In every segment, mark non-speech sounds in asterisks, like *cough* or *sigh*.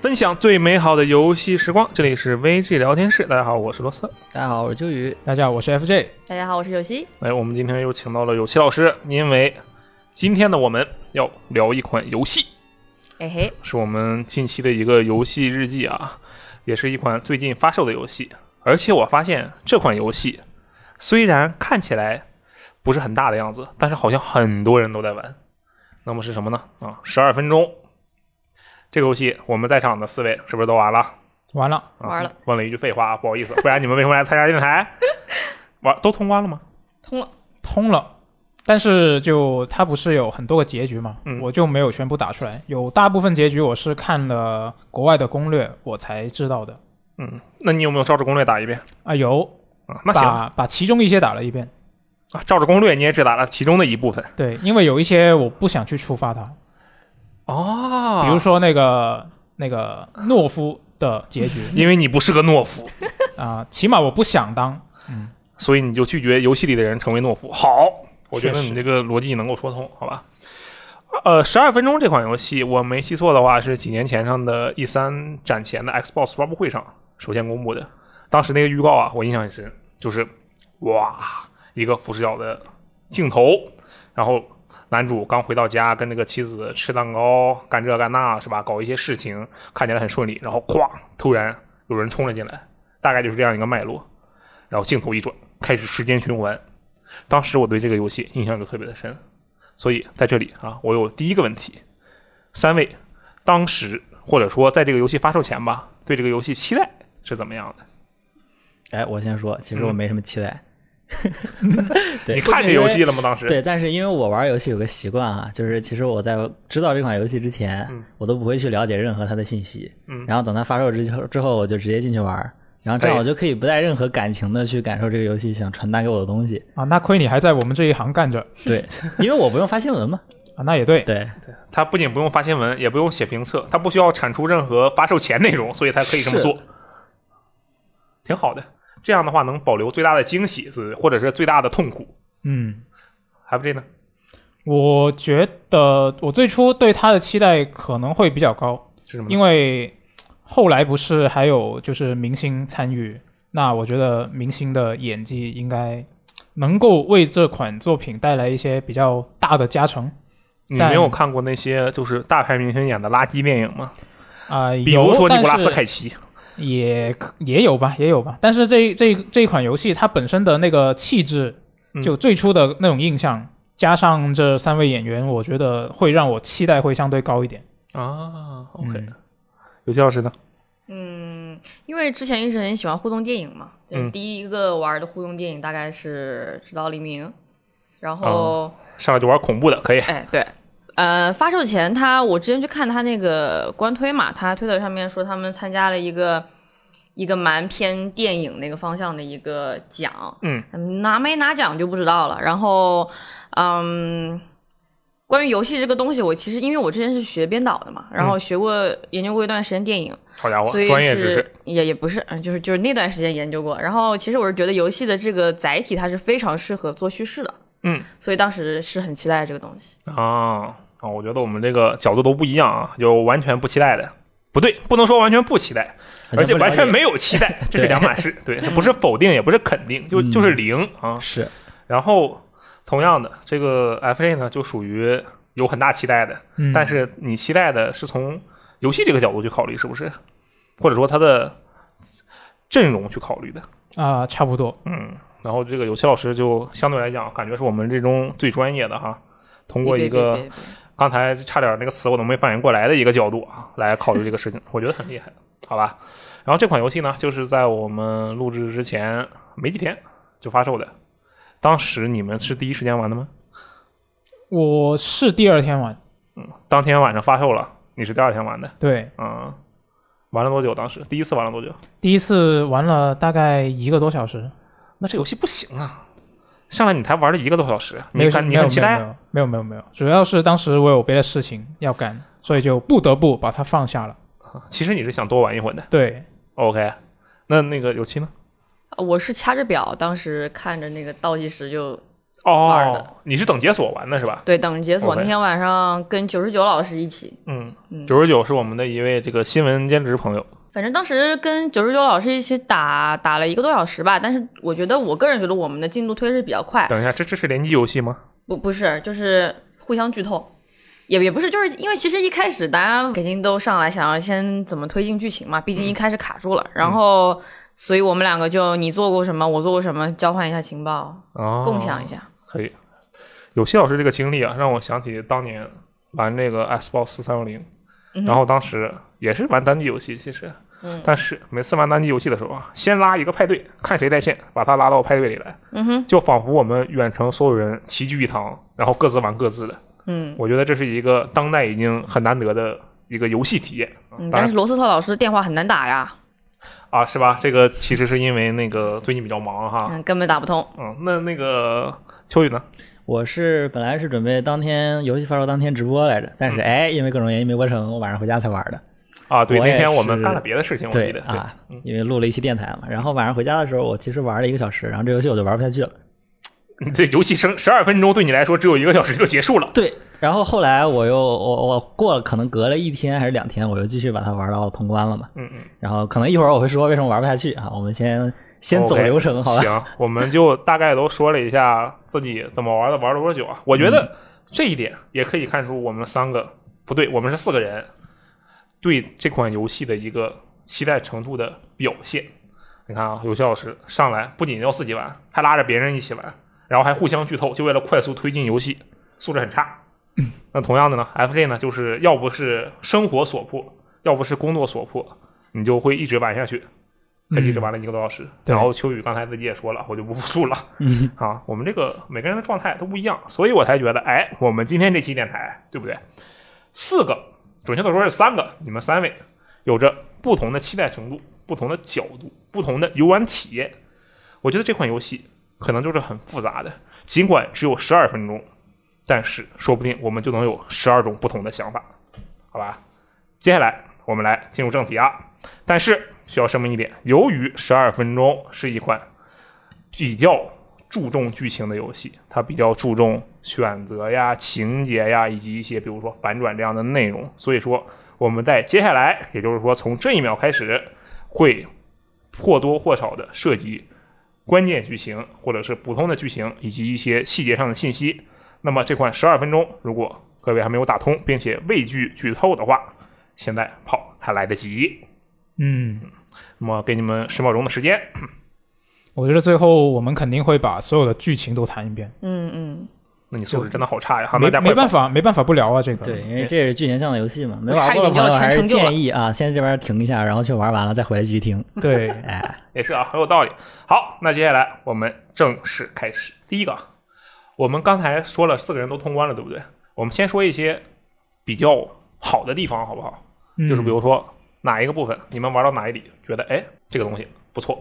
分享最美好的游戏时光。这里是 VG 聊天室，大家好，我是罗斯。大家好，我是秋雨。大家好，我是 FJ。大家好，我是有希。哎，我们今天又请到了有奇老师，因为今天呢，我们要聊一款游戏，哎嘿，是我们近期的一个游戏日记啊，也是一款最近发售的游戏。而且我发现这款游戏虽然看起来不是很大的样子，但是好像很多人都在玩。那么是什么呢？啊，十二分钟。这个游戏我们在场的四位是不是都玩了？完了，啊玩了，问了一句废话，不好意思，不然你们为什么来参加电台？ *laughs* 玩都通关了吗？通了。通了。但是就它不是有很多个结局嘛，嗯我就没有全部打出来。有大部分结局我是看了国外的攻略我才知道的嗯，那你有没有照着攻略打一遍啊，有啊？那行啊，把把其中一些打了一遍。照着攻略你也只打了其中的一部分对，因为有一些我不想去触发它，哦比如，说那个那个懦夫的结局 *laughs* 因为你不是个懦夫，啊、起码我不想当。所以你就拒绝游戏里的人成为懦夫。好，我觉得确实你这个逻辑能够说通，好吧？呃，十二分钟这款游戏，我没记错的话，是几年前上的 E 三展前的 Xbox 发布会上首先公布的。当时那个预告啊，我印象很深，就是哇，一个俯视角的镜头，然后男主刚回到家，跟这个妻子吃蛋糕，干这干那，是吧？搞一些事情，看起来很顺利，然后咵，突然有人冲了进来，大概就是这样一个脉络。然后镜头一转，开始时间循环。当时我对这个游戏印象就特别的深，所以在这里啊，我有第一个问题：三位当时或者说在这个游戏发售前吧，对这个游戏期待是怎么样的？哎，我先说，其实我没什么 *laughs* 期待。对嗯你看这游戏了吗？当时对，但是因为我玩游戏有个习惯啊，就是其实我在知道这款游戏之前，嗯我都不会去了解任何它的信息。嗯然后等它发售之后之后，我就直接进去玩儿，然后这样哎我就可以不带任何感情的去感受这个游戏想传达给我的 *laughs* 东西。啊，那亏你还在我们这一行干着对，因为我不用发新闻嘛。啊，那也哎对，对，他不仅不用发新闻，也不用写评测，他不需要产出任何发售前内容，所以他可以这么做，挺好的。这样的话能保留最大的惊喜，是或者是最大的痛苦，嗯。还不这呢？我觉得我最初对他的期待可能会比较高，是什么呢？因为后来不是还有就是明星参与，那我觉得明星的演技应该能够为这款作品带来一些比较大的加成你但没有看过那些就是大牌明星演的垃圾电影吗？啊、比如说有尼古拉但斯是凯奇，也可也有吧，也有吧。但是这这这一款游戏它本身的那个气质嗯，就最初的那种印象，加上这三位演员，我觉得会让我期待会相对高一点。啊，OK，嗯有些老师呢？嗯，因为之前一直很喜欢互动电影嘛，就是嗯第一个玩的互动电影大概是《直到黎明》，然后、哦上来就玩恐怖的，可以。哎对，呃，发售前他我之前去看他那个官推嘛，他推特上面说他们参加了一个一个蛮偏电影那个方向的一个奖，嗯，拿没拿奖就不知道了。然后，嗯，关于游戏这个东西，我其实因为我之前是学编导的嘛，然嗯后学过、研究过一段时间电影，好家伙所以，专业知是识，也也不是，嗯，就是就是那段时间研究过。然后其实我是觉得游戏的这个载体它是非常适合做叙事的，嗯，所以当时是很期待这个东西。啊啊！我觉得我们这个角度都不一样啊，有完全不期待的，不对，不能说完全不期待，而且完全没有期 *laughs* 待，这是两码事。对，它不是否定，也不是肯定，就嗯就是零啊。是然后同样的，这个 FA 呢，就属于有很大期待的，嗯，但是你期待的是从游戏这个角度去考虑，是不是？或者说它的阵容去考虑的？啊、差不多。嗯，然后这个有些老师就相对来讲，感觉是我们这中最专业的哈，通过一别个别别别刚才差点那个词我都没反应过来的一个角度 *laughs* 啊，来考虑这个事情，我觉得很厉害，好吧？然后这款游戏呢，就是在我们录制之前没几天就发售的，当时你们是第一时间玩的吗？我是第二天玩，当天晚上发售了，你是第二天玩的，对，嗯，玩了多久？当时第一次玩了多久？第一次玩了大概一个多小时，那这游戏不行啊！上来你才玩了一个多小时，没你有看你没有很期待啊，没有没有没有没有，主要是当时我有别的事情要干，所以就不得不把它放下了。其实你是想多玩一会儿的。对， OK，那那个有期呢？我是掐着表，当时看着那个倒计时就玩的哦，你是等解锁玩的是吧？对，等着解锁。 OK 那天晚上跟九十九老师一起，嗯嗯，九十九是我们的一位这个新闻兼职朋友，反正当时跟九十九老师一起打打了一个多小时吧。但是我觉得，我个人觉得我们的进度推是比较快，等一下，这这是联机游戏吗？不不是，就是互相剧透。也也不是，就是因为其实一开始大家肯定都上来想要先怎么推进剧情嘛，毕竟一开始卡住了。然后，所以我们两个就你做过什么，我做过什么，交换一下情报，哦，共享一下。可以。有谢老师这个经历啊，让我想起当年玩那个 Xbox 四三六零，嗯哼然后当时也是玩单机游戏，其实，嗯但是每次玩单机游戏的时候啊，先拉一个派对，看谁在线，把他拉到派对里来，嗯哼，就仿佛我们远程所有人齐聚一堂，然后各自玩各自的。嗯我觉得这是一个当代已经很难得的一个游戏体验。啊当嗯，但然是罗斯特老师的电话很难打呀，啊，是吧？这个其实是因为那个最近比较忙哈。嗯，根本打不通。嗯，那那个秋雨呢？我是本来是准备当天游戏发售当天直播来着，嗯但是哎，因为各种原因没播成，我晚上回家才玩的。啊，对，我那也天我们是干了别的事情，我对记得。对，啊，嗯因为录了一期电台嘛，然后晚上回家的时候，我其实玩了一个小时，然后这游戏我就玩不下去了。你这游戏生十二分钟对你来说只有一个小时就结束了。对，然后后来我又我我过了可能隔了一天还是两天，我又继续把它玩到通关了嘛。嗯嗯，然后可能一会儿我会说为什么玩不下去啊，我们先先走哦 OK，流程好吧？行，我们就大概都说了一下自己怎么玩的，玩了多久啊？我觉嗯得这一点也可以看出我们三个不对，我们是四个人对这款游戏的一个期待程度的表现。你看啊，有些老师上来不仅要自己玩，还拉着别人一起玩，然后还互相剧透，就为了快速推进游戏，素质很 *laughs* 差。那同样的呢，FJ 呢，就是要不是生活所迫，要不是工作所迫，你就会一直玩下去。这嗯一直玩了一个多小时，对然后秋雨刚才自己也说了，我 *laughs* 就不复述了。啊，我们这个每个人的状态都不一样，所以我才觉得，哎，我们今天这期电台，对不对？四个，准确的说是三个，你们三位有着不同的期待程度、不同的角度、不同的游玩体验。我觉得这款游戏可能就是很复杂的，尽管只有十二分钟，但是说不定我们就能有十二种不同的想法，好吧？接下来我们来进入正题啊。但是需要声明一点，由于十二分钟是一款比较注重剧情的游戏，它比较注重选择呀、情节呀，以及一些比如说反转这样的内容。所以说，我们在接下来，也就是说从这一秒开始，会或多或少的涉及关键剧情，或者是普通的剧情，以及一些细节上的信息。那么这款十二分钟，如果各位还没有打通，并且畏惧剧透的话，现在跑还来得及。嗯，那么给你们十秒钟的时间，我觉得最后我们肯定会把所有的剧情都谈一遍，嗯嗯，那你素质真的好差呀！没大家没快办跑，法，没办法不聊啊，这个对，因为这是剧情向的游戏嘛，没玩差一过的点就朋要友还全是成就了建议啊，先这边停一下，然后去玩完了再回来继续听。对，哎，也是啊，很有道理。好，那接下来我们正式开始。第一个，我们刚才说了四个人都通关了，对不对？我们先说一些比较好的地方，好不好？嗯就是比如说哪一个部分，你们玩到哪一里觉得哎这个东西不错，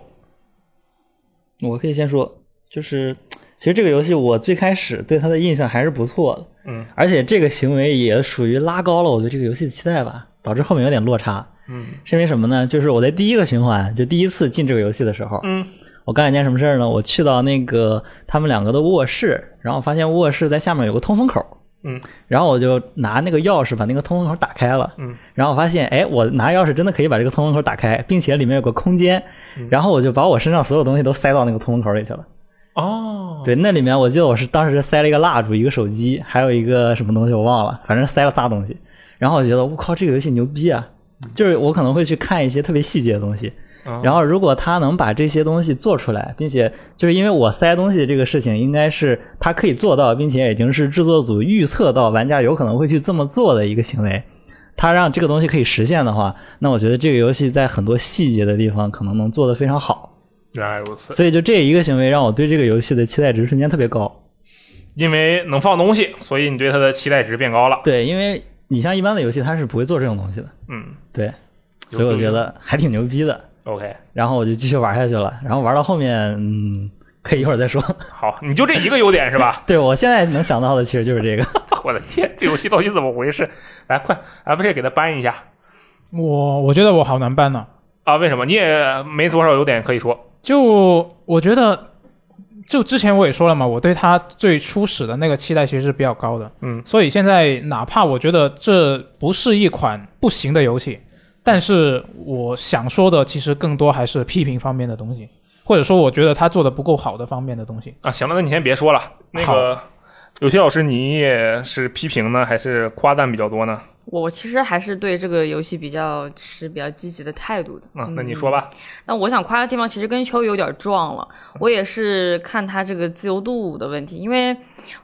我可以先说，就是其实这个游戏我最开始对它的印象还是不错的，嗯，而且这个行为也属于拉高了我对这个游戏的期待吧，导致后面有点落差。嗯是因为什么呢？就是我在第一个循环，就第一次进这个游戏的时候，嗯，我干了一件什么事儿呢？我去到那个他们两个的卧室，然后发现卧室在下面有个通风口，嗯，然后我就拿那个钥匙把那个通风口打开了，嗯，然后我发现，哎，我拿钥匙真的可以把这个通风口打开，并且里面有个空间，嗯然后我就把我身上所有东西都塞到那个通风口里去了。哦，对，那里面我记得我是当时塞了一个蜡烛、一个手机，还有一个什么东西我忘了，反正塞了仨东西。然后我觉得我靠，这个游戏牛逼啊！就是我可能会去看一些特别细节的东西，哦然后如果他能把这些东西做出来，并且就是因为我塞东西这个事情，应该是他可以做到，并且已经是制作组预测到玩家有可能会去这么做的一个行为。他让这个东西可以实现的话，那我觉得这个游戏在很多细节的地方可能能做得非常好。原来如此，所以就这一个行为让我对这个游戏的期待值瞬间特别高。因为能放东西，所以你对它的期待值变高了。对，因为你像一般的游戏，它是不会做这种东西的。嗯对，所以我觉得还挺牛逼的。 ，OK，然后我就继续玩下去了，然后玩到后面，嗯，可以一会儿再说。 *laughs* 好，你就这一个优点是吧？对我现在能想到的其实就是这个。 *laughs* *laughs* 我的天，这游戏到底怎么回事？来，快 FJ 给他搬一下啊我我觉得我好难办呢、啊！为什么你也没多少优点可以说？就我觉得就之前我也说了嘛，我对它最初始的那个期待其实是比较高的，嗯，所以现在哪怕我觉得这不是一款不行的游戏，但是我想说的其实更多还是批评方面的东西，或者说我觉得它做的不够好的方面的东西。啊，行了，那你先别说了。那个有些老师，你也是批评呢，还是夸赞比较多呢？我其实还是对这个游戏比较持比较积极的态度的。啊，那你说吧。那我想夸的地方其实跟秋雨有点撞了，我也是看他这个自由度的问题，因为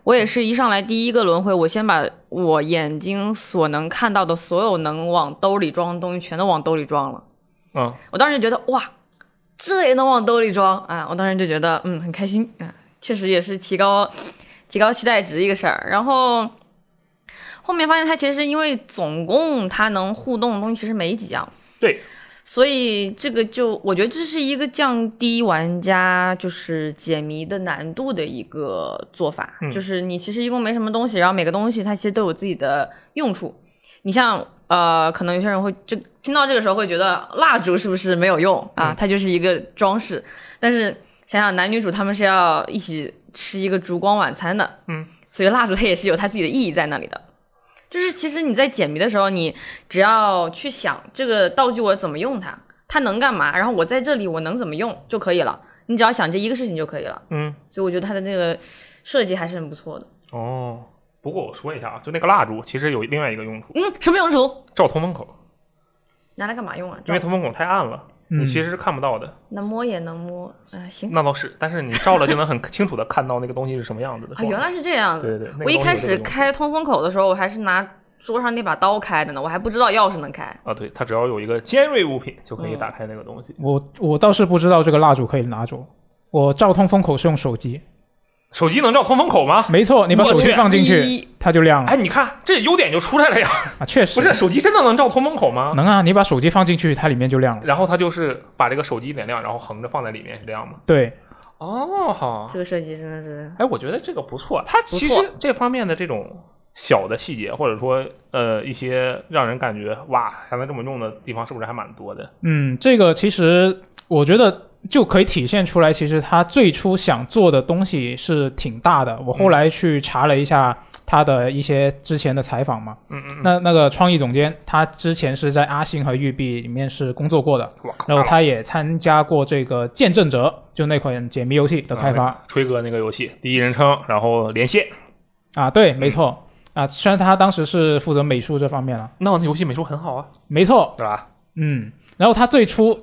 我也是一上来第一个轮回，我先把我眼睛所能看到的所有能往兜里装的东西全都往兜里装了，啊，我当时就觉得哇，这也能往兜里装啊！我当时就觉得嗯很开心啊，确实也是提高提高期待值一个事儿，然后。后面发现它其实因为总共它能互动的东西其实没几样，对，所以这个就我觉得这是一个降低玩家就是解谜的难度的一个做法，嗯就是你其实一共没什么东西，然后每个东西它其实都有自己的用处。你像呃，可能有些人会就听到这个时候会觉得蜡烛是不是没有用啊？嗯它就是一个装饰，但是想想男女主他们是要一起吃一个烛光晚餐的，嗯，所以蜡烛它也是有它自己的意义在那里的。就是其实你在解谜的时候，你只要去想这个道具我怎么用它，它能干嘛，然后我在这里我能怎么用就可以了。你只要想这一个事情就可以了。嗯，所以我觉得它的那个设计还是很不错的。哦。不过我说一下啊，就那个蜡烛其实有另外一个用处，嗯，什么用处？照通风口，拿来干嘛用 *laughs* 啊？因为通风口太暗了，嗯你其实是看不到的。那摸也能摸啊、行那倒是，但是你照了就能很清楚的看到那个东西是什么样子的啊，状态。原来是这样子。对对对，那个我一东西开有这始个用开通风口的时候，我还是拿桌上那把刀开的呢，我还不知道钥匙能开。啊，对，它只要有一个尖锐物品就可嗯以打开那个东西。我我倒是不知道这个蜡烛可以拿走，我照通风口是用手机，手机能照通风口吗？没错，你把我手机去放进去一，它就亮了哎，你看这优点就出来了呀！啊，确实不是手机真的能照通风口吗？能啊，你把手机放进去，它里面就亮了。然后它就是把这个手机点亮，然后横着放在里面，是这样吗？对，哦，好这，个设计真的是哎，我觉得这个不错。它其不实这方面的这种小的细节，或者说呃一些让人感觉哇还能这么用的地方，是不是还蛮多的？嗯，这个其实我觉得就可以体现出来，其实他最初想做的东西是挺大的。我嗯后来去查了一下他的一些之前的采访嘛，嗯嗯嗯，那那个创意总监他之前是在阿星和育碧里面是工作过的，我靠然后他也参加过这个《见证者》就那款解谜游戏的开发，啊吹哥那个游戏，第一人称，然后连线，啊，对，嗯没错、啊，虽然他当时是负责美术这方面了，那那游戏美术很好啊，没错，对吧？嗯，然后他最初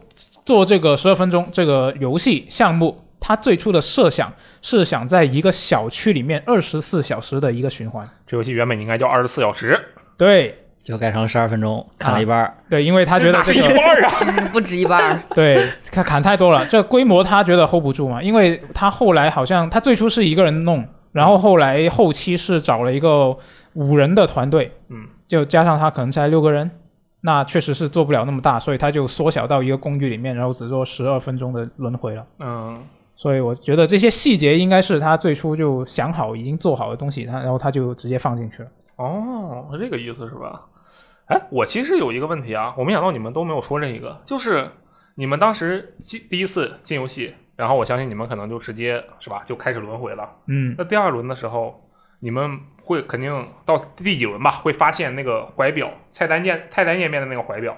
做这个十二分钟这个游戏项目，他最初的设想是想在一个小区里面二十四小时的一个循环，这游戏原本应该叫二十四小时，对就改成十二分钟，砍了一半儿。对，因为他觉得哪这是一个半儿啊？ *laughs* 不止一半儿。 *laughs* 对他砍太多了，这规模他觉得 hold 不住嘛，因为他后来好像他最初是一个人弄，然后后来后期是找了一个五人的团队，嗯，就加上他可能才六个人，那确实是做不了那么大，所以他就缩小到一个公寓里面，然后只做十二分钟的轮回了。嗯，所以我觉得这些细节应该是他最初就想好、已经做好的东西，他然后他就直接放进去了。哦，是这个意思是吧？哎，我其实有一个问题啊，我没想到你们都没有说这个，就是你们当时进第一次进游戏，然后我相信你们可能就直接是吧，就开始轮回了。嗯，那第二轮的时候，你们会肯定到第几轮吧，会发现那个怀表菜单页菜单页面的那个怀表，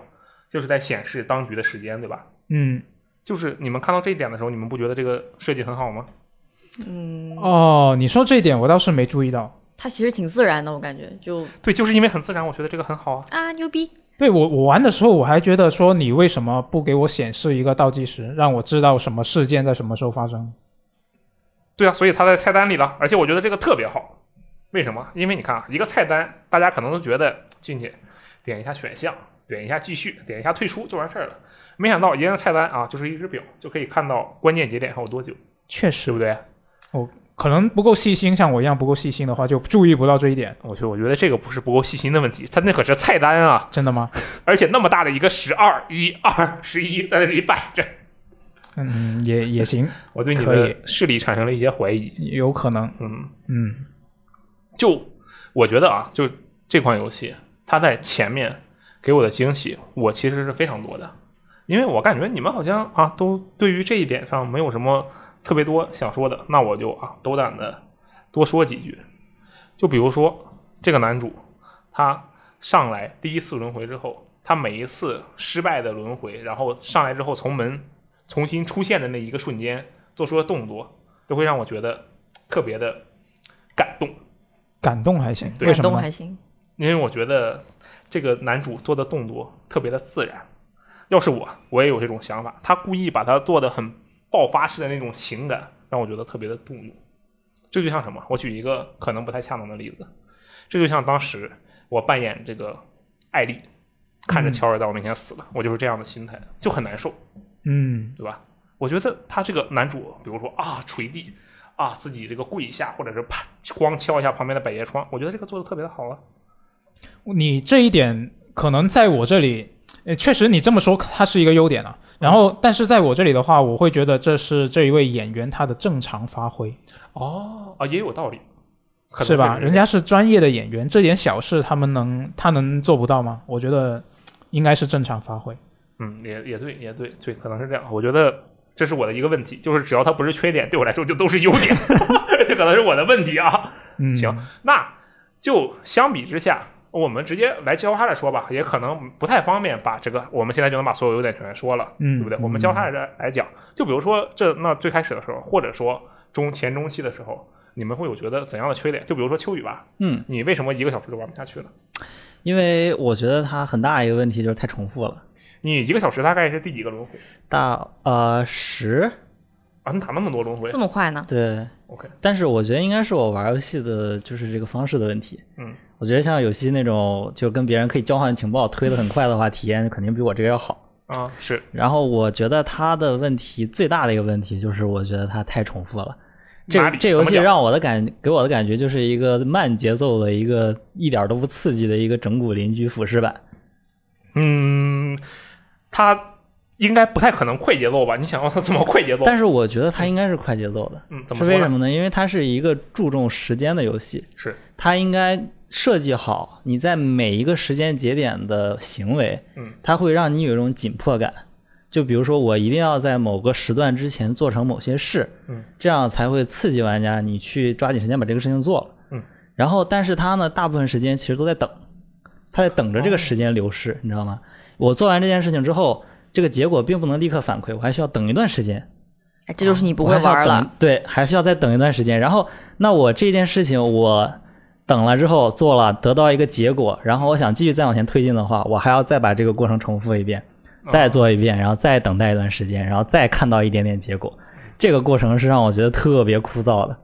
就是在显示当局的时间，对吧？嗯，就是你们看到这一点的时候，你们不觉得这个设计很好吗？嗯，哦，你说这一点我倒是没注意到。它其实挺自然的，我感觉就对，就是因为很自然，我觉得这个很好啊。啊牛逼。对我，我玩的时候我还觉得说你为什么不给我显示一个倒计时，让我知道什么事件在什么时候发生？对啊，所以它在菜单里了，而且我觉得这个特别好。为什么？因为你看啊，一个菜单，大家可能都觉得进去点一下选项，点一下继续，点一下退出就完事儿了。没想到一个菜单啊，就是一只表，就可以看到关键节点还有多久，确对实，不对？可能不够细心，像我一样不够细心的话，就注意不到这一点。我觉得我觉得这个不是不够细心的问题，它那可是菜单啊，真的吗？而且那么大的一个十二一二十一在那里摆着，嗯，也也行，我对你可以的视力产生了一些怀疑。有可能。嗯，嗯就我觉得啊，就这款游戏，它在前面给我的惊喜，我其实是非常多的，因为我感觉你们好像啊，都对于这一点上没有什么特别多想说的，那我就啊斗胆的多说几句。就比如说这个男主，他上来第一次轮回之后，他每一次失败的轮回，然后上来之后从门重新出现的那一个瞬间做出的动作，都会让我觉得特别的感动。感动还行，对为感什么动呢？还行。因为我觉得这个男主做的动作特别的自然。要是我，我也有这种想法。他故意把他做的很爆发式的那种情感，让我觉得特别的动容。这就像什么？我举一个可能不太恰当的例子，这就像当时我扮演这个艾丽，看着乔尔在我面前死了，我就是这样的心态，就很难受。嗯，对吧？我觉得他这个男主，比如说啊捶地啊自己这个跪下，或者是啪咣敲一下旁边的百叶窗，我觉得这个做的特别的好啊。你这一点可能在我这里，呃，确实你这么说它是一个优点啊。然嗯后，但是在我这里的话，我会觉得这是这一位演员他的正常发挥，哦啊，也有道理，可能是吧？会人家是专业的演员，这点小事他们能他能做不到吗？我觉得嘖应该是正常发挥。嗯也也对也对对，可能是这样。我觉得这是我的一个问题，就是只要它不是缺点，对我来说就都是优点， *laughs* 这可能是我的问题啊。嗯，行，那就相比之下。我们直接来交叉着说吧，也可能不太方便把这个我们现在就能把所有优点全说了。嗯，对不对？我们交叉来来讲，就比如说这那最开始的时候，或者说中前中期的时候，你们会有觉得怎样的缺点？就比如说秋雨吧，嗯，你为什么一个小时就玩不下去了？因为我觉得它很大一个问题就是太重复了。你一个小时大概是第几个轮回大呃十啊？你打那么多轮回这么快呢？对， ？OK，但是我觉得应该是我玩游戏的就是这个方式的问题。嗯，我觉得像有些那种就跟别人可以交换情报推的很快的话，体验肯定比我这个要好。啊，是然后我觉得它的问题最大的一个问题就是，我觉得它太重复了。哪这里这游戏怎么讲让我的感给我的感觉就是一个慢节奏的一个一点都不刺激的一个整蛊邻居俯视版。嗯，他应该不太可能快节奏吧？你想要他怎么快节奏？但是我觉得它应该是快节奏的，嗯，怎是么为说什呢？么呢？因为它是一个注重时间的游戏，是它应该设计好你在每一个时间节点的行为，嗯，它会让你有一种紧迫感。就比如说，我一定要在某个时段之前做成某些事，嗯，这样才会刺激玩家你去抓紧时间把这个事情做了，嗯。然后，但是它呢，大部分时间其实都在等，他在等着这个时间流逝，你知道吗？我做完这件事情之后，这个结果并不能立刻反馈，我还需要等一段时间。哎，这就是你不我会还需要玩等了。对，还需要再等一段时间。然后，那我这件事情我等了之后做了，得到一个结果，然后我想继续再往前推进的话，我还要再把这个过程重复一遍，嗯再做一遍，然后再等待一段时间，然后再看到一点点结果。这个过程是让我觉得特别枯燥的，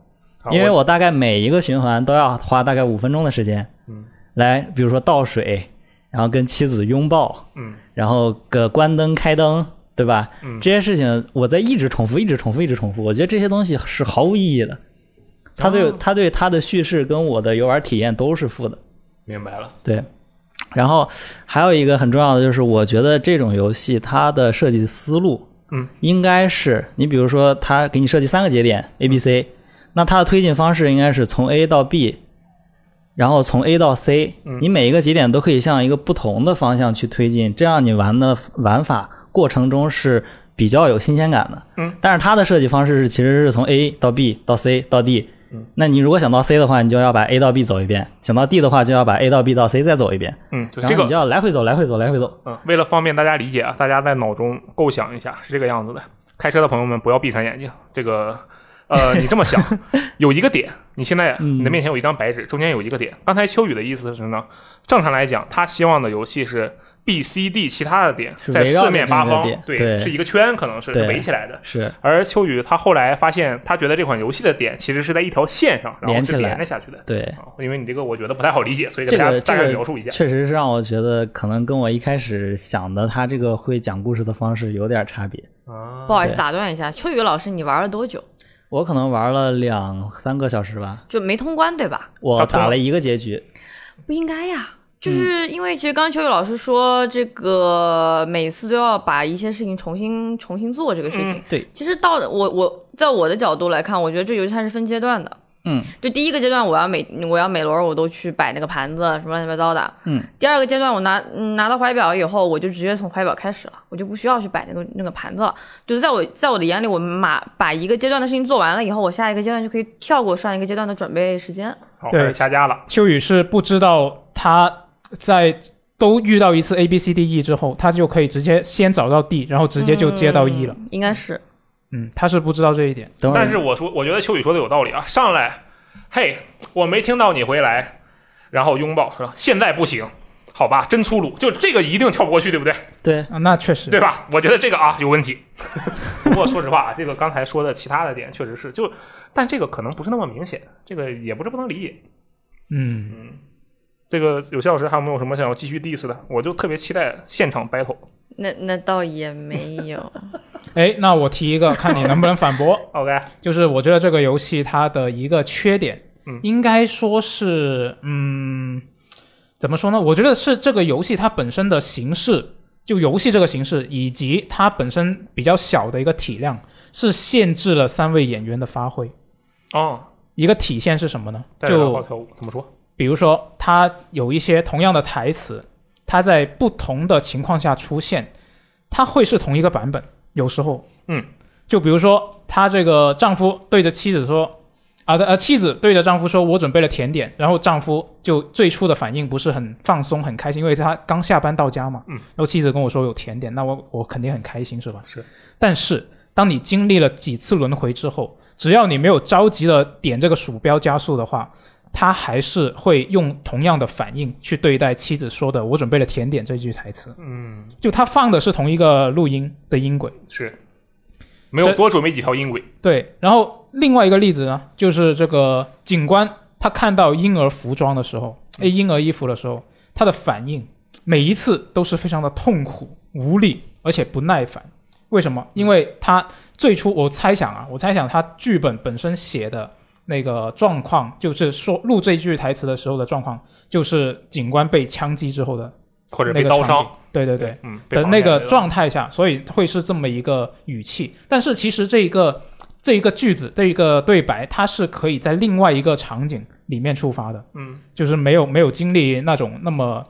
好因为啊我我大概每一个循环都要花大概五分钟的时间，嗯，来，比如说倒水，然后跟妻子拥抱，嗯然后个关灯、开灯，对吧？嗯这些事情我在一直重复、一直重复、一直重复。我觉得这些东西是毫无意义的，它对、哦它对它的叙事跟我的游玩体验都是负的。明白了，对，然后还有一个很重要的就是，我觉得这种游戏它的设计思路，嗯，应该是你比如说它给你设计三个节点 A、B、C，那嗯它的推进方式应该是从 A 到 B，然后从 A 到 C，嗯你每一个节点都可以向一个不同的方向去推进，这样你玩的玩法过程中是。比较有新鲜感的，嗯，但是它的设计方式是其实是从 A 到 B 到 C 到 D，那你如果想到 C 的话，你就要把 A 到 B 走一遍；想到 D 的话，就要把 A 到 B 到 C 再走一遍。嗯，就然这个后你就要来回走，来回走，来回走。嗯，为了方便大家理解啊，大家在脑中构想一下是这个样子的。开车的朋友们不要闭上眼睛，这个。 *laughs* 呃，你这么想，有一个点，你现在嗯你的面前有一张白纸，中间有一个点。刚才秋雨的意思是呢，正常来讲，他希望的游戏是 B、C、D 其他的点是在围绕四面着这八个方点，对，对是一个圈，可能是是对围起来的。是而秋雨他后来发现，他觉得这款游戏的点其实是在一条线上，然后连起是来连着下去的。对，啊因为你这个我觉得不太好理解，所以给这大个家大这概个描述一下。确实是让我觉得可能跟我一开始想的他这个会讲故事的方式有点差别。啊不好意思对打断一下，秋雨老师，你玩了多久？我可能玩了两三个小时吧，就没通关对吧？我他通了打了一个结局。不应该呀，嗯就是因为其实刚刚秋雨老师说，这个每次都要把一些事情重新重新做这个事情。嗯对，其实到我我在我的角度来看，我觉得这游戏它是分阶段的。嗯就第一个阶段，我要每我要每轮我都去摆那个盘子，什么乱七八糟的。嗯。第二个阶段，我拿嗯拿到怀表以后，我就直接从怀表开始了，我就不需要去摆那个那个盘子了。就是在我在我的眼里，我马把一个阶段的事情做完了以后，我下一个阶段就可以跳过上一个阶段的准备时间。好，对开始下架了。秋雨是不知道他在都遇到一次 A B C D E 之后，他就可以直接先找到 D，然后直接就接到 E 了。嗯，应该是嗯，他是不知道这一点。等会儿但是我说，我觉得秋雨说的有道理啊。上来，嘿，我没听到你回来，然后拥抱是吧？现在不行，好吧，真粗鲁，就这个一定跳不过去，对不对？对，啊，那确实对吧？我觉得这个啊有问题。 *laughs* 不过说实话啊，这个刚才说的其他的点确实是，就但这个可能不是那么明显，这个也不是不能理解。嗯，这个有些老师还有没有什么想要继续 diss 的？我就特别期待现场 battle 那那倒也没有。哎，那我提一个，看你能不能反驳。 OK，就是我觉得这个游戏它的一个缺点，嗯应该说是，嗯，怎么说呢？我觉得是这个游戏它本身的形式，就游戏这个形式，以及它本身比较小的一个体量，是限制了三位演员的发挥。哦，一个体现是什么呢？带着就跳舞怎么说？比如说，它有一些同样的台词，它在不同的情况下出现，它会是同一个版本，有时候，嗯，就比如说，她这个丈夫对着妻子说。啊的呃，妻子对着丈夫说：“我准备了甜点。”然后丈夫就最初的反应不是很放松、很开心，因为他刚下班到家嘛。嗯。然后妻子跟我说有甜点，那我我肯定很开心，是吧？是。但是当你经历了几次轮回之后，只要你没有着急的点这个鼠标加速的话，他还是会用同样的反应去对待妻子说的“我准备了甜点”这句台词。嗯，就他放的是同一个录音的音轨，是没有这多准备几条音轨。对。然后另外一个例子呢，就是这个警官他看到婴儿服装的时候，哎，嗯婴儿衣服的时候，他的反应每一次都是非常的痛苦、无力，而且不耐烦。为什么？嗯因为他最初我猜想啊，我猜想他剧本本身写的那个状况，就是说录这句台词的时候的状况，就是警官被枪击之后的或者被那个刀场伤景，对对对，嗯，被的绑那架个对吧状态下，所以会是这么一个语气。但是其实这一个这一个句子，这一个对白，它是可以在另外一个场景里面触发的，嗯，就是没有没有经历那种那么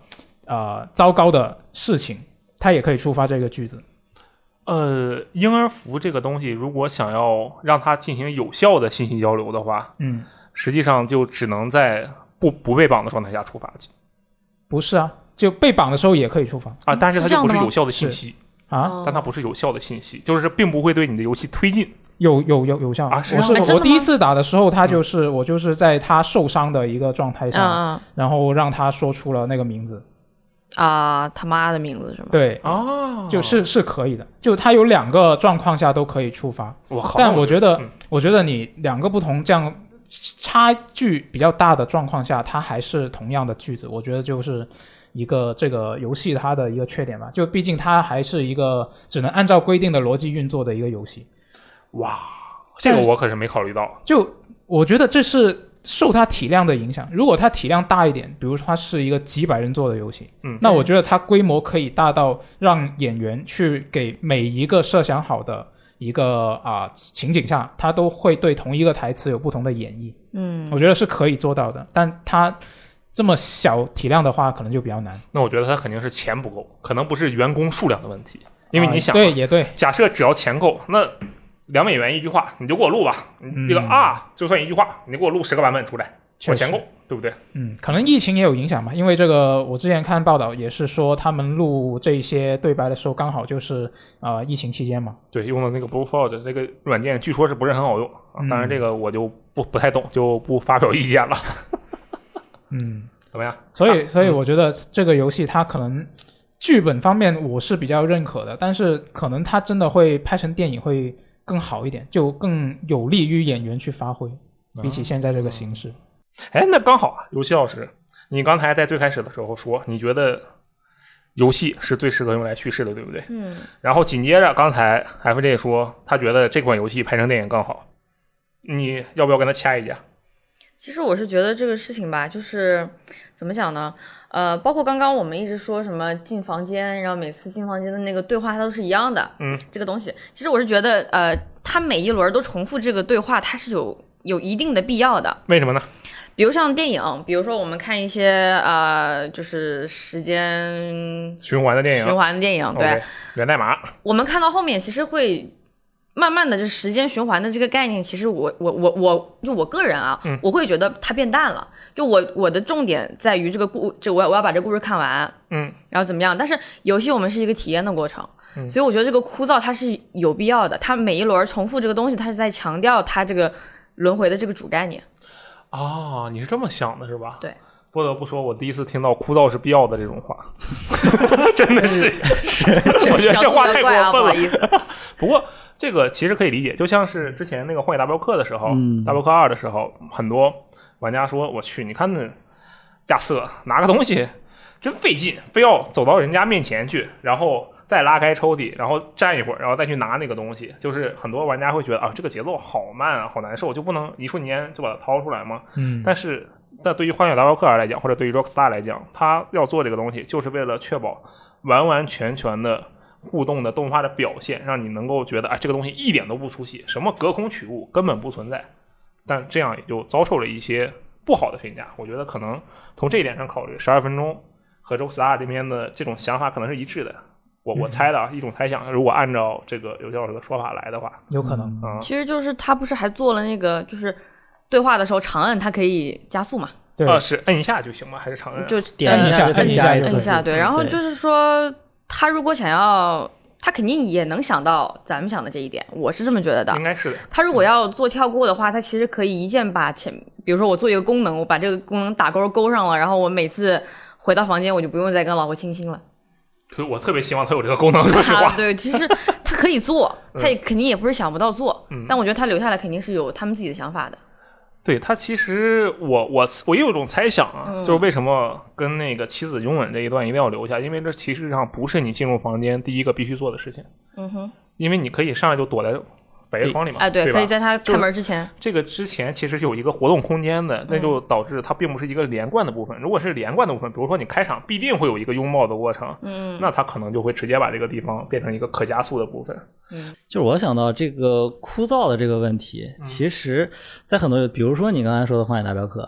呃糟糕的事情，它也可以触发这个句子。呃，婴儿服这个东西，如果想要让它进行有效的信息交流的话，嗯，实际上就只能在不不被绑的状态下触发不是啊，就被绑的时候也可以触发啊，但是它嗯是这就样不的是吗哦有效的信息， *laughs* 啊，但它不是有效的信息，就是并不会对你的游戏推进。有有有有效啊是我吗嗯哎是真我的第一吗次打的时候，他就是、我就是在他受伤的一个状态啊下，啊然后让他说出了那个名字，啊！他妈的名字是吗？对，哦就是是可以的，就它有两个状况下都可以触发，我靠，但我觉得，嗯我觉得你两个不同这样差距比较大的状况下，它还是同样的句子，我觉得就是一个这个游戏它的一个缺点吧，就毕竟它还是一个只能按照规定的逻辑运作的一个游戏，哇，这个但是我可是没考虑到。就我觉得这是受它体量的影响，如果它体量大一点，比如说它是一个几百人做的游戏，嗯那对我觉得它规模可以大到让演员去给每一个设想好的一个啊、情景下，他都会对同一个台词有不同的演绎，嗯，我觉得是可以做到的。但它这么小体量的话，可能就比较难，那我觉得它肯定是钱不够，可能不是员工数量的问题，因为啊你想啊，对，也对，假设只要钱够，那两美元一句话，你就给我录吧，你这个嗯啊，就算一句话，你给我录十个版本出来，确我实钱够，对不对？嗯，可能疫情也有影响吧，因为这个我之前看报道也是说，他们录这些对白的时候，刚好就是呃疫情期间嘛，对，用的那个 Blueforge 那个软件，据说是不是很好用啊？当然，嗯这个我就不不太懂，就不发表意见了。嗯， *laughs* 怎么样？所以，啊所以嗯我觉得这个游戏它可能剧本方面我是比较认可的，但是可能它真的会拍成电影会更好一点，就更有利于演员去发挥，啊比起现在这个形式。哎，那刚好，啊，游戏老师，你刚才在最开始的时候说，你觉得游戏是最适合用来叙事的，对不对？嗯，然后紧接着刚才 FJ 说，他觉得这款游戏拍成电影更好，你要不要跟他掐一架？其实我是觉得这个事情吧，就是怎么讲呢？呃，包括刚刚我们一直说什么进房间，然后每次进房间的那个对话，它都是一样的。嗯，这个东西，其实我是觉得，呃，它每一轮都重复这个对话，它是有有一定的必要的。为什么呢？比如像电影，比如说我们看一些呃，就是时间循环的电影，啊循环的电影，对 OK，源代码，我们看到后面其实会。慢慢的，这时间循环的这个概念，其实我我我我就我个人啊，嗯我会觉得它变淡了。就我我的重点在于这个故，这我要我要把这故事看完，嗯，然后怎么样？但是游戏我们是一个体验的过程，嗯所以我觉得这个枯燥它是有必要的。它每一轮重复这个东西，它是在强调它这个轮回的这个主概念。哦，你是这么想的是吧？对。不得不说，我第一次听到“枯燥是必要的”这种话， *laughs* 真的是， *laughs* 嗯 *laughs* 我觉得角这度话比太较过怪啊，不分好了。意思。不过这个其实可以理解，就像是之前那个《荒野大镖客》的时候，嗯大镖客二》的时候，很多玩家说：“我去，你看那亚瑟拿个东西真费劲，非要走到人家面前去，然后再拉开抽屉，然后站一会儿，然后再去拿那个东西。”就是很多玩家会觉得啊，这个节奏好慢啊，好难受，就不能一瞬间就把它掏出来吗？嗯，但是，但对于《荒野大镖客》来讲，或者对于 Rockstar 来讲，他要做这个东西，就是为了确保完完全全的互动的动画的表现，让你能够觉得，哎，这个东西一点都不出戏，什么隔空取物根本不存在。但这样也就遭受了一些不好的评价。我觉得可能从这一点上考虑，十二分钟和 Rockstar 这边的这种想法可能是一致的。我嗯我猜的啊，一种猜想，如果按照这个刘教授的说法来的话，有可能。啊、其实就是他不是还做了那个，就是对话的时候长按，它可以加速嘛，对啊是摁一下就行嘛，还是长摁啊？就点一下就可摁以一加下一就次摁一下，数对。然后对就是说，他如果想要，他肯定也能想到咱们想的这一点，我是这么觉得的应。该是的。他如果要做跳过的话，他其实可以一键把前，比如说我做一个功能，我把这个功能打勾勾上了，然后我每次回到房间，我就不用再跟老婆亲亲了。所以我特别希望它有这个 *laughs* 功能，说实啊话，。对，其实他可以做，他也肯定也不是想不到做，嗯但我觉得他留下来肯定是有他们自己的想法的。对他其实我我我也有一种猜想啊，嗯就是为什么跟那个妻子拥吻这一段一定要留下，因为这其实上不是你进入房间第一个必须做的事情，嗯哼，因为你可以上来就躲在百叶窗里嘛，哎，啊对吧，可以在他就是开门之前，这个之前其实是有一个活动空间的，那嗯就导致它并不是一个连贯的部分。如果是连贯的部分，比如说你开场必定会有一个拥抱的过程，嗯，那它可能就会直接把这个地方变成一个可加速的部分。嗯就是我想到这个枯燥的这个问题，其实，在很多，比如说你刚才说的《荒野大镖客》，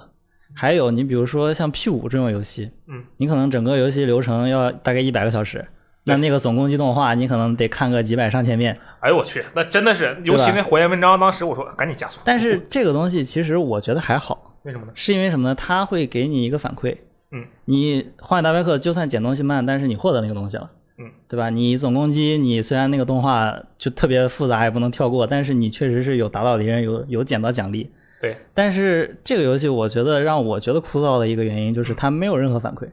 还有你比如说像 P 五这种游戏，嗯，你可能整个游戏流程要大概一百个小时，那那个总共击动画你可能得看个几百上千遍，哎呦我去，那真的是，尤其那火焰文章，当时我说赶紧加速，但是这个东西其实我觉得还好， *laughs* 为什么呢？是因为什么呢？它会给你一个反馈，嗯，你《荒野大镖客》就算捡东西慢，但是你获得那个东西了。嗯，对吧？你总攻击，你虽然那个动画就特别复杂，也不能跳过，但是你确实是有打倒敌人，有有捡到奖励。对，但是这个游戏，我觉得让我觉得枯燥的一个原因就是它没有任何反馈。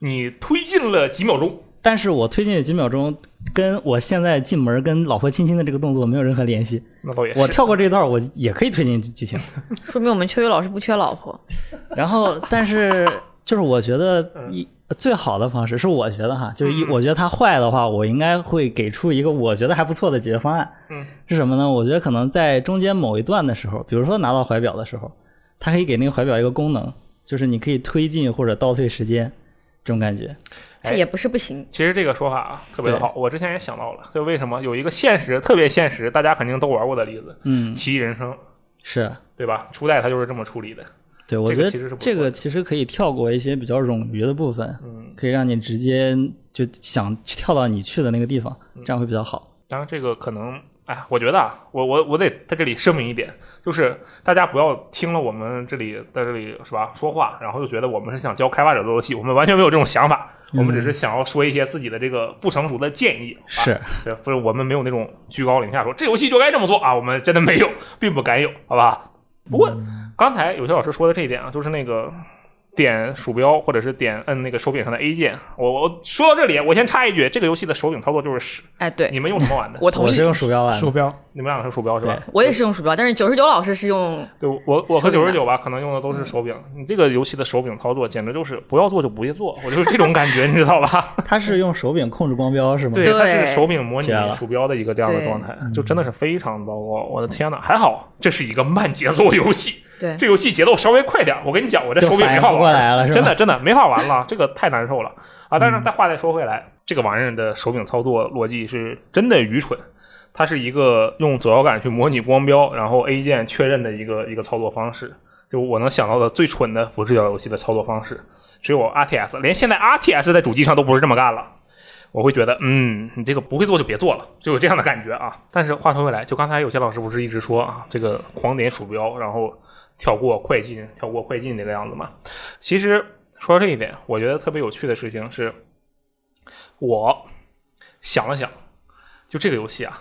你推进了几秒钟，但是我推进的几秒钟，跟我现在进门跟老婆亲亲的这个动作没有任何联系。那倒也是。我跳过这一段，我也可以推进剧情。说明我们秋雨老师不缺老婆。 *laughs* 然后，但是就是我觉得一最好的方式是，我觉得哈，就是一嗯我觉得它坏的话，我应该会给出一个我觉得还不错的解决方案。嗯，是什么呢？我觉得可能在中间某一段的时候，比如说拿到怀表的时候，它可以给那个怀表一个功能，就是你可以推进或者倒退时间，这种感觉。哎也不是不行，其实这个说法啊特别的好，我之前也想到了，就为什么有一个现实特别现实，大家肯定都玩过的例子，嗯，《奇异人生》，是啊对吧？初代它就是这么处理的。对，我这觉个得其实是不这错个的其实可以跳过一些比较冗余的部分，嗯，可以让你直接就想跳到你去的那个地方，嗯这样会比较好。当然这个可能，哎，我觉得啊，我我我得在这里声明一点，就是大家不要听了我们这里在这里是吧说话，然后就觉得我们是想教开发者做游戏，我们完全没有这种想法，我们只是想要说一些自己的这个不成熟的建议，好吧嗯是，对，不是我们没有那种居高临下说这游戏就该这么做啊，我们真的没有，并不敢有，好吧？不过嗯刚才有些老师说的这一点啊，就是那个点鼠标或者是点摁那个手柄上的 A 键。我我说到这里，我先插一句，这个游戏的手柄操作就是屎。哎，对你们用什么玩的？我同我意是。用鼠标玩的鼠，标你们俩是鼠标是吧？我也是用鼠标，但是九十九老师是用对，我我和手九柄十的嗯九吧，可能用的都是手柄。你这个游戏的手柄操作简直就是不要做就不要做，我就是这种感觉，你知道吧？它是用手柄控制光标是吗？对，它是手柄模绝拟了嗯鼠标的一个这样的对状态，就真的是非常糟糕。我的天呐，还好这是一个慢节奏游戏，对这游戏节奏稍微快点儿。我跟你讲，我这就手柄反没应法不过玩来了是吧嗯真的真的没法玩了，这 *laughs* 个太难受了啊！但是但话再说回来，这个玩意儿的手柄操作逻辑是真的愚蠢。它是一个用左摇杆去模拟光标，然后 A 键确认的一个一个操作方式。就我能想到的最蠢的俯视角游戏的操作方式，只有 RTS，连现在 RTS 在主机上都不是这么干了。我会觉得，嗯，你这个不会做就别做了，就有这样的感觉啊。但是话说回来，就刚才有些老师不是一直说啊，这个狂点鼠标，然后跳过快进，跳过快进这个样子嘛。其实说到这一点，我觉得特别有趣的事情是，我想了想，就这个游戏啊，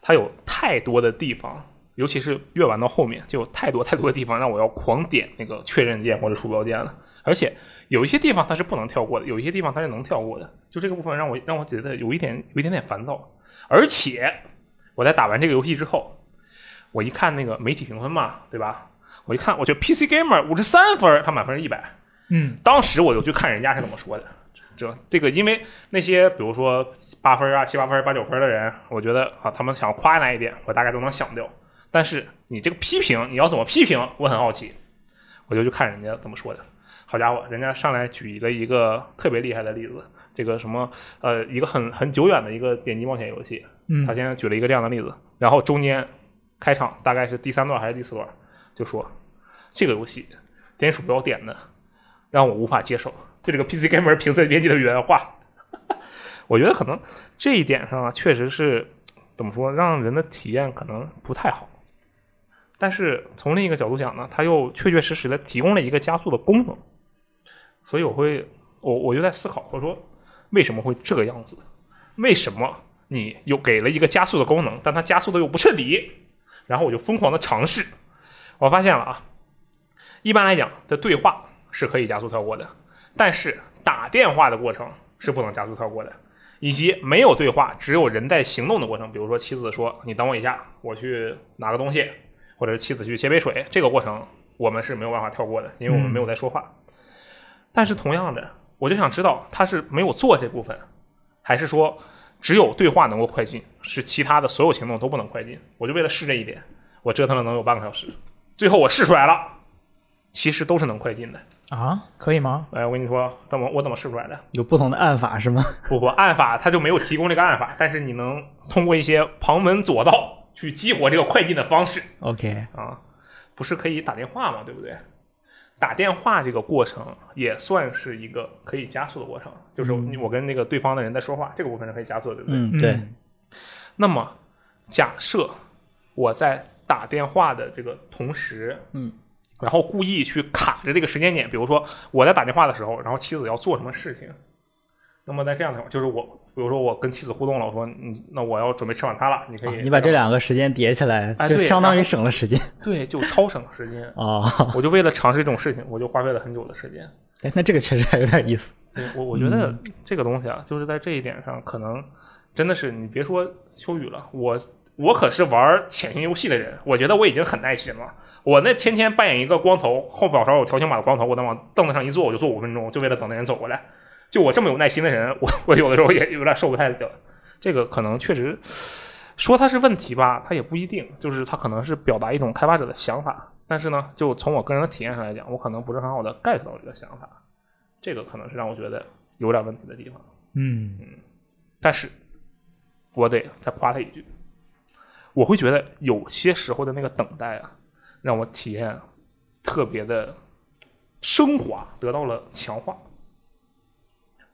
它有太多的地方，尤其是越玩到后面，就有太多太多的地方让我要狂点那个确认键或者鼠标键了，而且。有一些地方它是不能跳过的，有一些地方它是能跳过的。就这个部分让我让我觉得有一点有一点点烦躁。而且我在打完这个游戏之后，我一看那个媒体评分嘛，对吧？我一看，我觉得 PC Gamer 五十三分，他满分是一百。嗯，当时我就去看人家是怎么说的。这这个，因为那些比如说八分啊、七八分、八九分的人，我觉得啊，他们想夸哪一点，我大概都能想掉。但是你这个批评，你要怎么批评，我很好奇。我就去看人家怎么说的。好家伙，人家上来举一个一个特别厉害的例子，这个什么呃，一个很很久远的一个点击冒险游戏，嗯他现在举了一个这样的例子，然后中间开场大概是第三段还是第四段，就说这个游戏点鼠标点的让我无法接受，就这个 PC Gamer 评测编辑的原话， *laughs* 我觉得可能这一点上啊，确实是怎么说，让人的体验可能不太好。但是从另一个角度讲呢，它又确确实实的提供了一个加速的功能，所以我会，我我就在思考，我说为什么会这个样子？为什么你又给了一个加速的功能，但它加速的又不彻底？然后我就疯狂的尝试，我发现了啊，一般来讲的对话是可以加速跳过的，但是打电话的过程是不能加速跳过的，以及没有对话，只有人在行动的过程，比如说妻子说你等我一下，我去拿个东西，或者是妻子去接杯水，这个过程我们是没有办法跳过的，因为我们没有在说话。但是同样的，我就想知道他是没有做这部分，还是说只有对话能够快进，是其他的所有行动都不能快进？我就为了试这一点，我折腾了能有半个小时，最后我试出来了，其实都是能快进的。啊，可以吗？哎，我跟你说，怎么我怎么试出来的？有不同的按法是吗？不不，按法它就没有提供这个按法，但是你能通过一些旁门左道去激活这个快进的方式。 OK，啊，不是可以打电话嘛，对不对？打电话这个过程也算是一个可以加速的过程，就是你我跟那个对方的人在说话，这个部分是可以加速的，对不对？嗯，对，嗯那么假设我在打电话的这个同时，嗯，然后故意去卡着这个时间点，比如说我在打电话的时候，然后妻子要做什么事情，那么在这样的就是我，比如说我跟妻子互动了，我说你那我要准备吃晚餐了，你可啊以、你把这两个时间叠起来，哎就对相当然于后省了时间对就超省时间，哦。我就为了尝试这种事情，我就花费了很久的时间。哎，那这个确实还有点意思。对我我觉得这个东西啊，就是在这一点上，可能真的是你别说秋雨了，我我可是玩潜行游戏的人，我觉得我已经很耐心了。我那天天扮演一个光头，后脑勺有条形码的光头，我能往凳子上一坐，我就坐五分钟，就为了等那人走过来。就我这么有耐心的人，我我有的时候也有点受不太了。这个可能确实说它是问题吧，它也不一定，就是它可能是表达一种开发者的想法。但是呢，就从我个人的体验上来讲，我可能不是很好的 get 到这个想法，这个可能是让我觉得有点问题的地方。嗯，但是，我得再夸他一句，我会觉得有些时候的那个等待啊，让我体验特别的升华，得到了强化。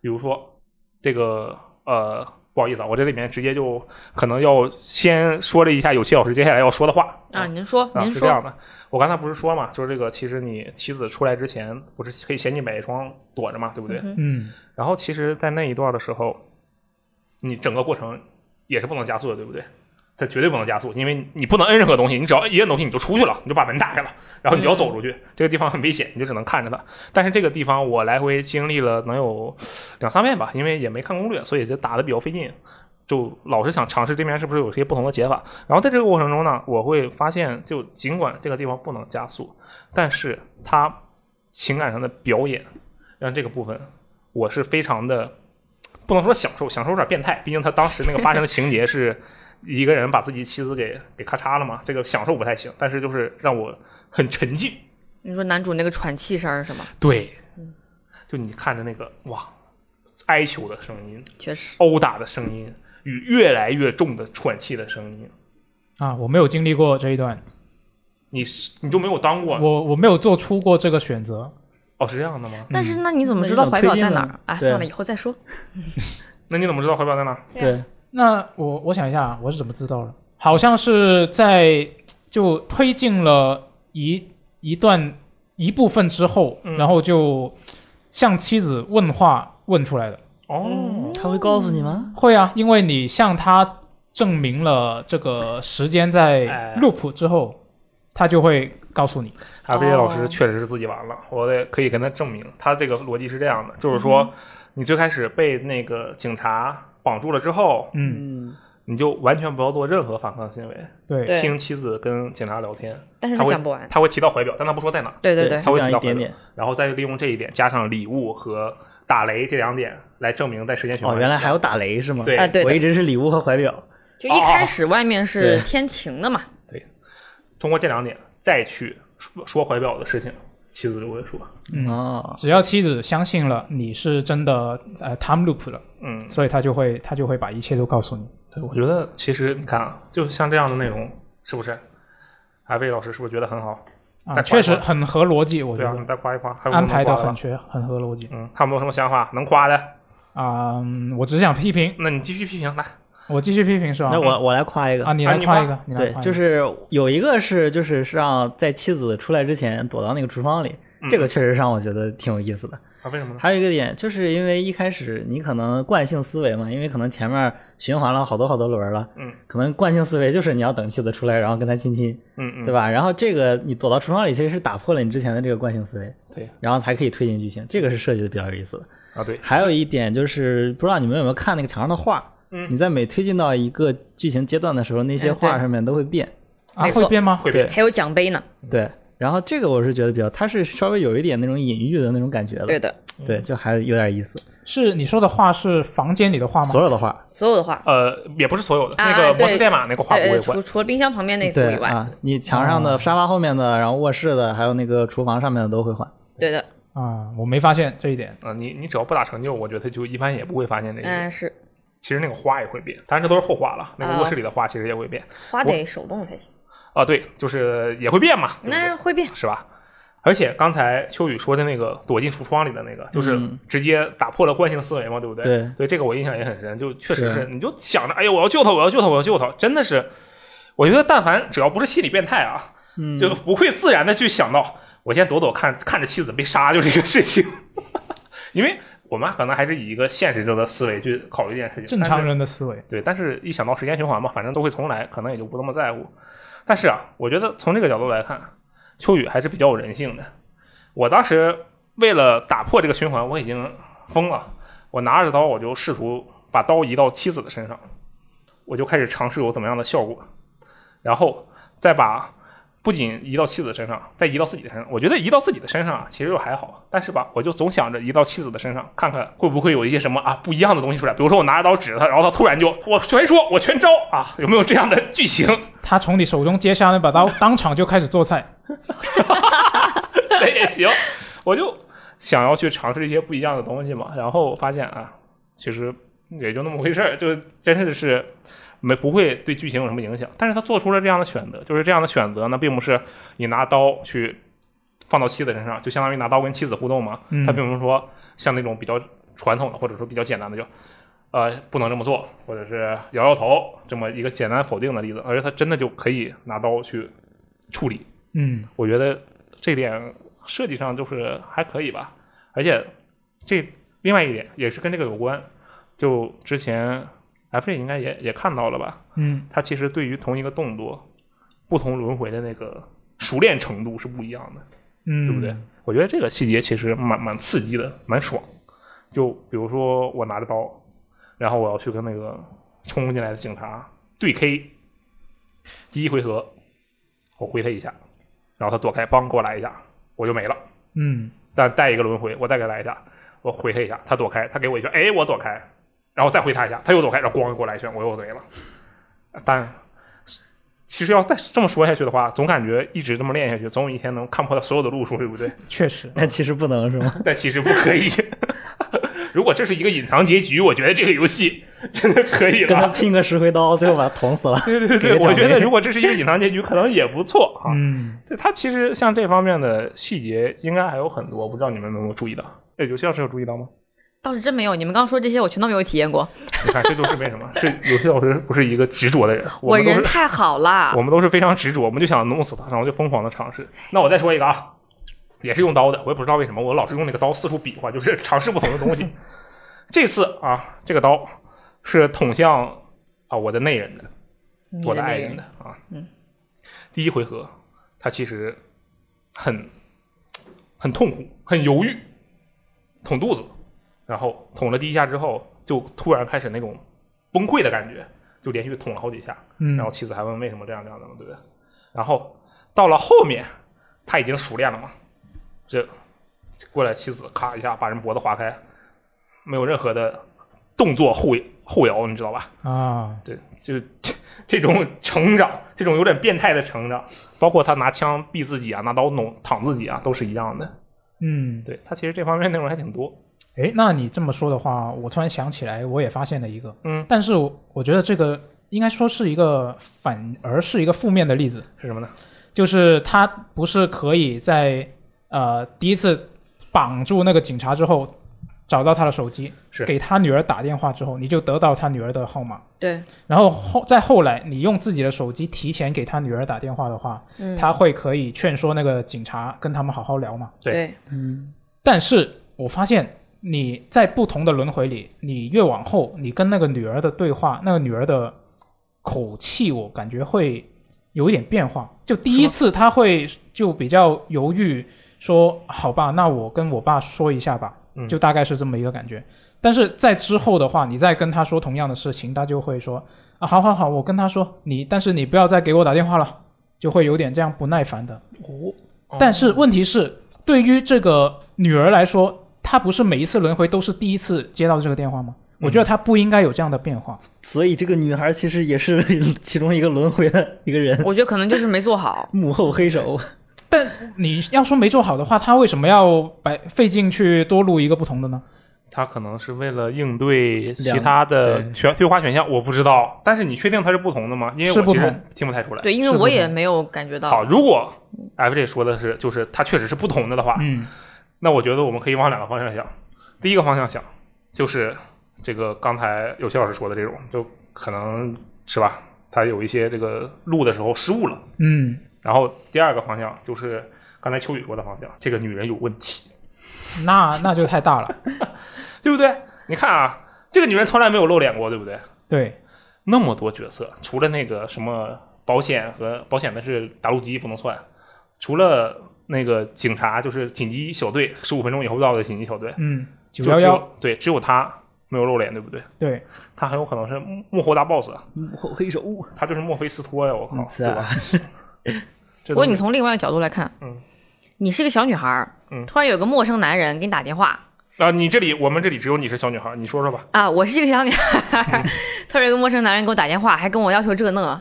比如说这个呃，不好意思啊，我这里面直接就可能要先说了一下有些老师接下来要说的话啊，您说，啊，您是这说，样的，我刚才不是说嘛，就是这个，其实你妻子出来之前，不是可以先去买一双躲着嘛，对不对？嗯嗯，然后其实，在那一段的时候，你整个过程也是不能加速的，对不对？它绝对不能加速，因为你不能摁任何东西，你只要一摁东西你就出去了，你就把门打开了，然后你就要走出去。这个地方很危险，你就只能看着它。但是这个地方我来回经历了能有两三遍吧，因为也没看攻略，所以就打的比较费劲。就老是想尝试这边是不是有些不同的解法，然后在这个过程中呢，我会发现，就尽管这个地方不能加速，但是它情感上的表演让这个部分我是非常的，不能说享受，享受有点变态，毕竟他当时那个发生的情节是一个人把自己妻子给给咔嚓了嘛，这个享受不太行，但是就是让我很沉浸。你说男主那个喘气声儿是吗？对，就你看着那个哇，哀求的声音，确实，嗯殴打的声音，与越来越重的喘气的声音。啊，我没有经历过这一段，你是你就没有当过我我没有做出过这个选择。哦，是这样的吗？但是那你怎么知道怀表在哪那你怎儿么推啊？进呢对算了，以后再说。那你怎么知道怀表在哪儿？对，那我我想一下，啊我是怎么知道的？好像是在就推进了一一段一部分之后，嗯然后就向妻子问话问出来的。哦，他会告诉你吗？会啊，因为你向他证明了这个时间在哎 loop 之后，他就会告诉你。嗯阿飞老师确实是自己玩了，我得可以跟他证明，他这个逻辑是这样的，就是说，你最开始被那个警察绑住了之后，嗯，嗯，你就完全不要做任何反抗行为，对，对听妻子跟警察聊天，但是他他会讲不完。他会提到怀表，但他不说在哪儿，对对对只讲一点点。然后再利用这一点加上礼物和打雷这两点来证明在时间循哦，环。原来还有打雷是吗？对啊，对我的一直是礼物和怀表。就一开始外面是对天晴的嘛，通过这两点再去说说怀表的事情，妻子就会说，嗯哦，只要妻子相信了你是真的呃 time loop 了，嗯，所以他就会他就会把一切都告诉你。对，我觉得其实你看啊，就像这样的内容，是不是？阿飞老师是不是觉得很好？啊，再夸一确实夸很合逻辑，我觉对啊，你得再夸一夸，还有安排的的很全，很合逻辑嗯，看有没有什么想法能夸的？啊、嗯我只想批评，那你继续批评来。我继续批评是吧？那我我来夸一个啊，你啊来你夸夸一个，你来对夸，一就个是有一个是就是让在妻子出来之前躲到那个厨房里，这个确实让我觉得挺有意思的。啊，为什么呢？还有一个点，就是因为一开始你可能惯性思维嘛，因为可能前面循环了好多好多轮了，嗯，可能惯性思维就是你要等妻子出来，然后跟她亲亲，嗯嗯，对吧？然后这个你躲到厨房里，其实是打破了你之前的这个惯性思维，对，然后才可以推进剧情，这个是设计的比较有意思的。啊，对，还有一点就是，不知道你们有没有看那个墙上的画？嗯你在每推进到一个剧情阶段的时候，那些哎对画上面都会变。啊，没会错变吗？会变还有奖杯呢。嗯对，然后这个我是觉得比较，它是稍微有一点那种隐喻的那种感觉的。对的，对，就还有点意思。是你说的话是房间里的话吗？所有的画，所有的话，呃，也不是所有的，啊那个摩斯对代码那个话不呃，会除换，除了冰箱旁边那幅对以外，啊，你墙上哦的、沙发后面的，然后卧室的，还有那个厨房上面的都 *laughs* 会换。对的，啊，我没发现这一点。啊，你你只要不打成就，我觉得就一般也不会发现这个。嗯，是其实那个花也会变，当然这都是后话了。那个啊卧室里的花其实也会变花得手动才行，啊，对，就是也会变嘛，对不对那会变。是吧？而且刚才秋雨说的那个躲进橱窗里的那个，就是嗯直接打破了惯性思维嘛，对不对？对所以这个我印象也很深，就确实是，是你就想着，哎呦，我要救他，我要救他，我要救他，真的是，我觉得但凡只要不是心理变态啊，*laughs* 嗯就不会自然的去想到，我先躲躲看，看着妻子被杀就这个事情， *laughs* 因为我们可能还是以一个现实中的思维去考虑这件事情，正但是常人的思维，对，但是一想到时间循环嘛，反正都会重来，可能也就不那么在乎。但是啊，我觉得从这个角度来看，秋雨还是比较有人性的。我当时为了打破这个循环，我已经疯了，我拿着刀，我就试图把刀移到妻子的身上，我就开始尝试有怎么样的效果，然后再把不仅移到妻子身上，再移到自己的身上。我觉得移到自己的身上啊，其实就还好，但是吧，我就总想着移到妻子的身上，看看会不会有一些什么啊不一样的东西出来。比如说我拿着刀指他，然后他突然就我全说，我全招啊，有没有这样的剧情？他从你手中接下那把刀，当场就开始做菜。那 *laughs* 也行，我就想要去尝试一些不一样的东西嘛。然后发现啊，其实也就那么回事儿，就真是是没不会对剧情有什么影响。但是他做出了这样的选择，就是这样的选择呢，并不是你拿刀去放到妻子身上，就相当于拿刀跟妻子互动嘛。嗯他并不是说像那种比较传统的，或者说比较简单的就。呃，不能这么做，或者是摇摇头，这么一个简单否定的例子，而且他真的就可以拿刀去处理，嗯，我觉得这点设计上就是还可以吧。而且这另外一点也是跟这个有关，就之前 F J 应该也也看到了吧？嗯，它其实对于同一个动作，不同轮回的那个熟练程度是不一样的，嗯，对不对？我觉得这个细节其实蛮蛮刺激的，蛮爽。就比如说我拿着刀，然后我要去跟那个冲进来的警察对 K，第一回合我回他一下，然后他躲开，帮给我来一下，我就没了。嗯，但带一个轮回，我再给他来一下，我回他一下，他躲开，他给我一拳，哎，我躲开，然后再回他一下，他又躲开，然后咣给我来一拳，我又没了。但其实要再这么说下去的话，总感觉一直这么练下去，总有一天能看破他所有的路数，对不对？确实， *laughs* 但其实不能是吗？但其实不可以。如果这是一个隐藏结局，我觉得这个游戏真的可以 *laughs* 跟他了。拼个石灰刀，最后把他捅死了。 *laughs* 对对给对，个奖我觉杯得如果这是一个隐藏结局，可能也不错哈。嗯，对，它其实像这方面的细节应该还有很多，不知道你们有没有注意到？哎，游戏老师有注意到吗？倒是真没有，你们刚说这些我全都没有体验过，你看，这都是为什么？ *laughs* 是游戏老师不是一个执着的人，我我们都人是太好啦我。们都是非常执着，我们就想弄死他，然后就疯狂的尝试。那我再说一个啊，也是用刀的，我也不知道为什么，我老是用那个刀四处比划，就是尝试不同的东西。这次啊，这个刀是捅向啊我的内人的，你我的那爱个人的啊。嗯，第一回合他其实很很痛苦，很犹豫，捅肚子，然后捅了第一下之后，就突然开始那种崩溃的感觉，就连续捅了好几下。嗯然后妻子还问为什么这样这样的嘛，对不对？然后到了后面，他已经熟练了嘛，这过来妻子咔一下把人脖子划开，没有任何的动作后后摇，你知道吧？啊，对，就是 *laughs* 这种成长，这种有点变态的成长，包括他拿枪毙自己啊，拿刀弄躺自己啊，都是一样的。嗯，对他其实这方面内容还挺多。诶，那你这么说的话，我突然想起来，我也发现了一个，嗯，但是我我觉得这个应该说是一个反而是一个负面的例子，是什么呢？就是他不是可以在呃第一次绑住那个警察之后，找到他的手机，是给他女儿打电话之后，你就得到他女儿的号码。对，然后后再后来，你用自己的手机提前给他女儿打电话的话，嗯，他会可以劝说那个警察跟他们好好聊嘛。对对，但是我发现你在不同的轮回里，你越往后，你跟那个女儿的对话，那个女儿的口气，我感觉会有一点变化。就第一次，她会就比较犹豫，说：“好吧，那我跟我爸说一下吧。”嗯就大概是这么一个感觉。但是在之后的话，你再跟她说同样的事情，她就会说：“啊，好好好，我跟她说你，但是你不要再给我打电话了。”就会有点这样不耐烦的。哦但是问题是，对于这个女儿来说，她不是每一次轮回都是第一次接到这个电话吗？嗯我觉得她不应该有这样的变化。所以这个女孩其实也是 *laughs* 其中一个轮回的一个人，我觉得可能就是没做好。幕后黑手。你要说没做好的话，她为什么要白费劲去多录一个不同的呢？他可能是为了应对其两他的对全退化选项，我不知道。但是你确定它是不同的吗？因为是我不其实同听不太出来。对，因为是我不也同没有感觉好，到。如果 FJ 说的是，就是它确实是不同的的话，嗯那我觉得我们可以往两个方向想。第一个方向想，就是这个刚才有些老师说的这种，就可能是吧，他有一些这个录的时候失误了。嗯，然后第二个方向就是刚才秋雨说的方向，这个女人有问题，那那就太大了。 *laughs* 对不对？你看啊，这个女人从来没有露脸过，对不对？对，那么多角色，除了那个什么保险和保险的是打路机不能算，除了那个警察就是紧急小队，十五分钟以后到的紧急小队，嗯，九就幺只幺，有对，只有他没有露脸，对不对？对，他很有可能是幕幕后大 boss，幕后黑手，他就是墨菲斯托呀！我靠，嗯是对吧 *laughs* 啊？这不过东你西从另外一个角度来看，嗯，你是一个小女孩儿，嗯突然有个陌生男人给你打电话，啊，你这里我们这里只有你是小女孩，你说说吧。啊，我是一个小女孩， *laughs* 突然有个陌生男人给我打电话，还跟我要求这那，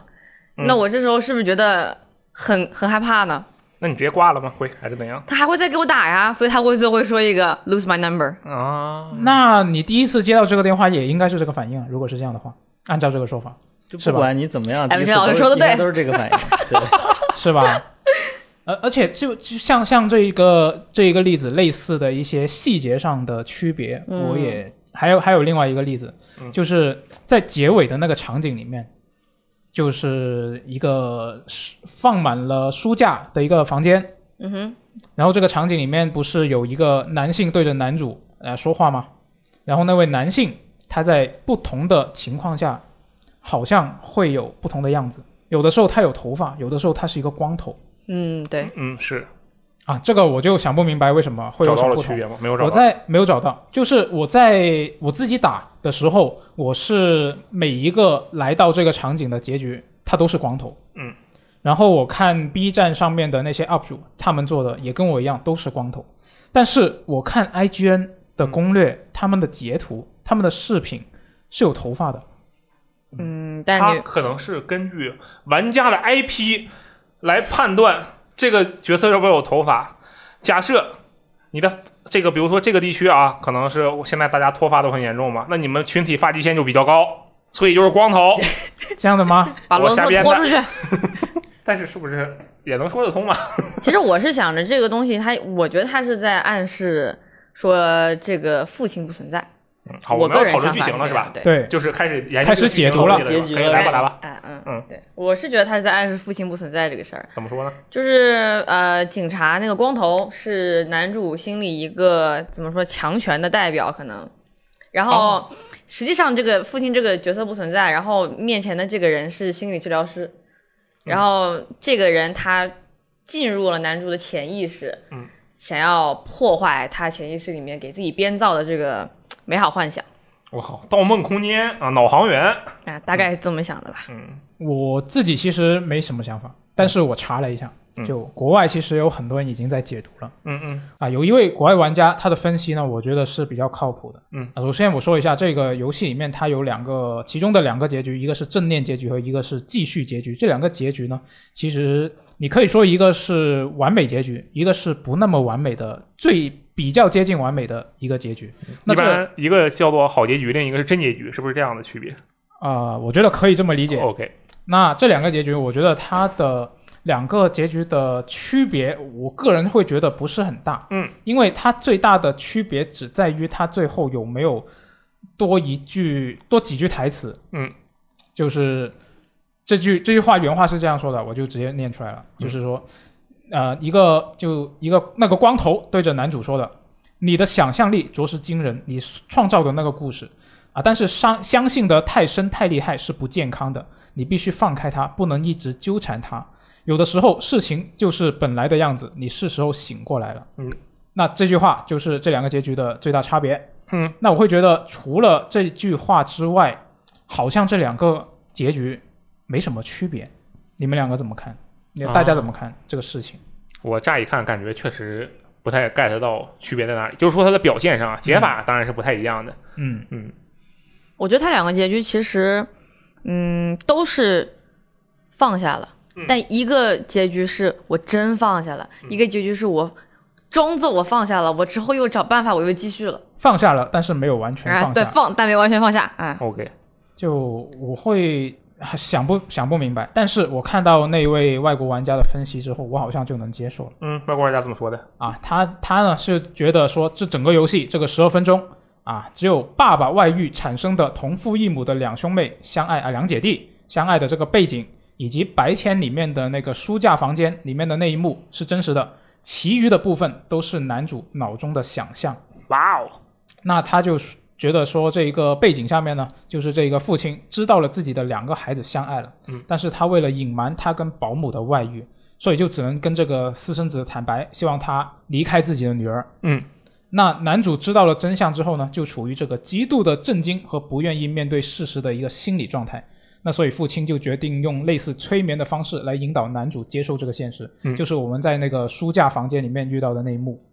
嗯那我这时候是不是觉得很很害怕呢？那你直接挂了吗？会还是怎样他还会再给我打呀，所以他会最后会说一个 lose my number。啊？那你第一次接到这个电话也应该是这个反应啊。如果是这样的话，按照这个说法，就不是吧管你怎么样，哎第一次陈老师都是说得应该对都是这个反应。 *laughs* 对， *laughs* 是吧？呃而而且就就像像这一个这一个例子类似的一些细节上的区别，嗯我也还有还有另外一个例子，嗯就是在结尾的那个场景里面，就是一个书放满了书架的一个房间，嗯哼，然后这个场景里面不是有一个男性对着男主呃说话吗？然后那位男性他在不同的情况下，好像会有不同的样子。有的时候他有头发，有的时候他是一个光头嗯，对，嗯，是啊。这个我就想不明白为什么会找有什到么了不区同。别吗？没有找我到。在没有找到，就是我在我自己打的时候，我是每一个来到这个场景的结局，它都是光头。嗯，然后我看 B 站上面的那些 UP 主，他们做的也跟我一样都是光头，但是我看 IGN 的攻略，嗯他们的截图、他们的视频是有头发的。嗯，但他你可能是根据玩家的 IP 来判断这个角色要不要有头发。假设你的这个，比如说这个地区啊，可能是现在大家脱发都很严重嘛，那你们群体发际线就比较高，所以就是光 *laughs* 头。这样的吗？把我罗斯瞎编拖的出去。但是是不是也能说得通嘛？其实我是想着这个东西它，我觉得它是在暗示说这个父亲不存在。嗯好，我们要个人讨想论法剧情了这是样吧？对，对，就是开始研究开始解读了这个剧情结局可以了来吧来吧，哎，嗯嗯嗯，对，我是觉得他是在暗示父亲不存在这个事儿。怎么说呢？就是呃，警察那个光头是男主心里一个怎么说强权的代表可能，然哦后实际上这个父亲这个角色不存在，然后面前的这个人是心理治疗师，嗯然后这个人他进入了男主的潜意识，嗯，想要破坏他潜意识里面给自己编造的这个美好幻想我靠，《盗梦空间》啊，脑航员，啊，大概是这么想的吧。嗯，我自己其实没什么想法，但是我查了一下，嗯就国外其实有很多人已经在解读了。嗯嗯啊，有一位国外玩家，他的分析呢，我觉得是比较靠谱的。嗯啊，首先我说一下这个游戏里面，它有两个，其中的两个结局，一个是正面结局和一个是继续结局。这两个结局呢，其实你可以说一个是完美结局，一个是不那么完美的，最比较接近完美的一个结局。那嗯一这啊、般一个叫做好结局，另一个是真结局，是不是这样的区别啊我觉得可以这么理解。 ？OK，那这两个结局，我觉得它的两个结局的区别，我个人会觉得不是很大。嗯，因为它最大的区别只在于它最后有没有多一句、多几句台词。嗯，就是这句这句话原话是这样说的，我就直接念出来了，嗯就是说，呃，一个就一个那个光头对着男主说的：“你的想象力着实惊人，你创造的那个故事。”啊，但是伤相信的太深太厉害是不健康的，你必须放开它，不能一直纠缠它。有的时候事情就是本来的样子，你是时候醒过来了。嗯，那这句话就是这两个结局的最大差别。嗯，那我会觉得除了这句话之外，好像这两个结局没什么区别。你们两个怎么看？你啊大家怎么看这个事情？我乍一看感觉确实不太 get 到区别在哪里，就是说它的表现上啊，解法当然是不太一样的。嗯嗯我觉得他两个结局其实，嗯，都是放下了，但一个结局是我真放下了，一个结局是我装作我放下了，我之后又找办法我又继续了，放下了，但是没有完全啊放，对下。放，但没完全放下，哎， ，OK，就我会啊想不想不明白，但是我看到那位外国玩家的分析之后，我好像就能接受了嗯，外国玩家怎么说的？啊。他他呢是觉得说这整个游戏这个十二分钟啊，只有爸爸外遇产生的同父异母的两兄妹相爱啊，两姐弟相爱的这个背景，以及白天里面的那个书架房间里面的那一幕是真实的，其余的部分都是男主脑中的想象。哇哦，那他就觉得说，这一个背景下面呢，就是这个父亲知道了自己的两个孩子相爱了，嗯，但是他为了隐瞒他跟保姆的外遇，所以就只能跟这个私生子坦白，希望他离开自己的女儿。嗯，那男主知道了真相之后呢，就处于这个极度的震惊和不愿意面对事实的一个心理状态。那所以父亲就决定用类似催眠的方式来引导男主接受这个现实，嗯就是我们在那个书架房间里面遇到的那一幕。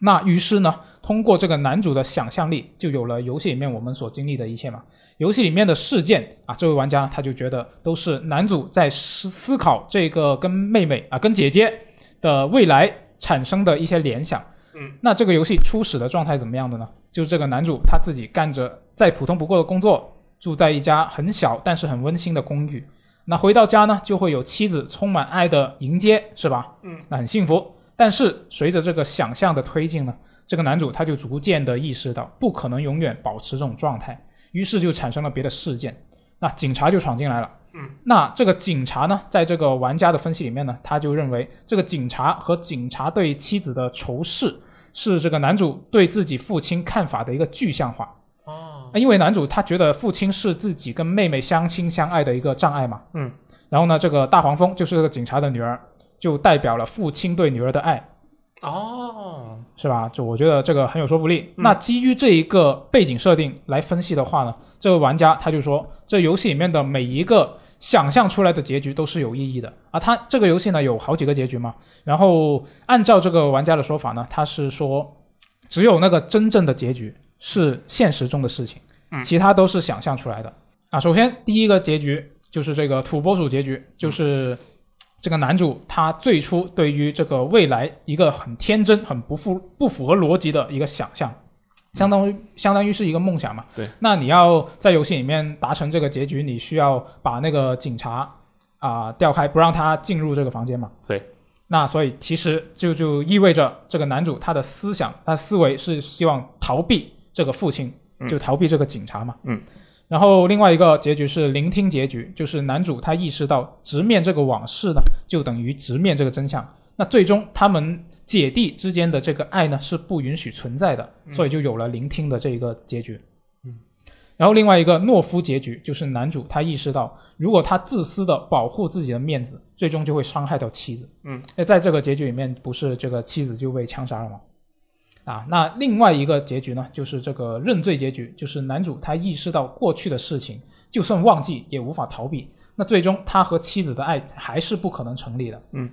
那于是呢，通过这个男主的想象力，就有了游戏里面我们所经历的一切嘛。游戏里面的事件啊，这位玩家他就觉得都是男主在思思考这个跟妹妹啊、跟姐姐的未来产生的一些联想。嗯，那这个游戏初始的状态怎么样的呢？就是这个男主他自己干着再普通不过的工作，住在一家很小但是很温馨的公寓。那回到家呢，就会有妻子充满爱的迎接，是吧？嗯，那很幸福。但是随着这个想象的推进呢，这个男主他就逐渐的意识到不可能永远保持这种状态，于是就产生了别的事件。那警察就闯进来了。嗯，那这个警察呢，在这个玩家的分析里面呢，他就认为这个警察和警察对妻子的仇视是这个男主对自己父亲看法的一个具象化。啊哦，因为男主他觉得父亲是自己跟妹妹相亲相爱的一个障碍嘛。嗯。然后呢，这个大黄蜂就是这个警察的女儿，就代表了父亲对女儿的爱，哦，是吧？就我觉得这个很有说服力。嗯那基于这一个背景设定来分析的话呢，这位玩家他就说，这游戏里面的每一个想象出来的结局都是有意义的啊。他这个游戏呢有好几个结局嘛，然后按照这个玩家的说法呢，他是说，只有那个真正的结局是现实中的事情，嗯其他都是想象出来的啊。首先第一个结局就是这个土拨鼠结局，就是这个男主他最初对于这个未来一个很天真、很不符不符合逻辑的一个想象，相当于相当于是一个梦想嘛。对。那你要在游戏里面达成这个结局，你需要把那个警察啊、调开，不让他进入这个房间嘛。对。那所以其实就就意味着这个男主他的思想、他的思维是希望逃避这个父亲，嗯就逃避这个警察嘛。嗯。然后另外一个结局是聆听结局，就是男主他意识到直面这个往事呢，就等于直面这个真相。那最终他们姐弟之间的这个爱呢是不允许存在的，所以就有了聆听的这一个结局。嗯，然后另外一个懦夫结局就是男主他意识到，如果他自私的保护自己的面子，最终就会伤害到妻子。嗯，那在这个结局里面，不是这个妻子就被枪杀了吗？啊，那另外一个结局呢，就是这个认罪结局，就是男主他意识到过去的事情，就算忘记也无法逃避，那最终他和妻子的爱还是不可能成立的。嗯。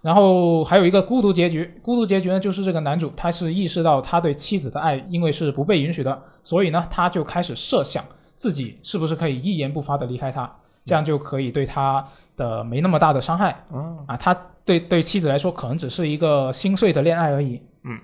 然后还有一个孤独结局，孤独结局呢，就是这个男主他是意识到他对妻子的爱因为是不被允许的，所以呢，他就开始设想自己是不是可以一言不发的离开他，这样就可以对他的没那么大的伤害。哦啊，他对对妻子来说可能只是一个心碎的恋爱而已。嗯，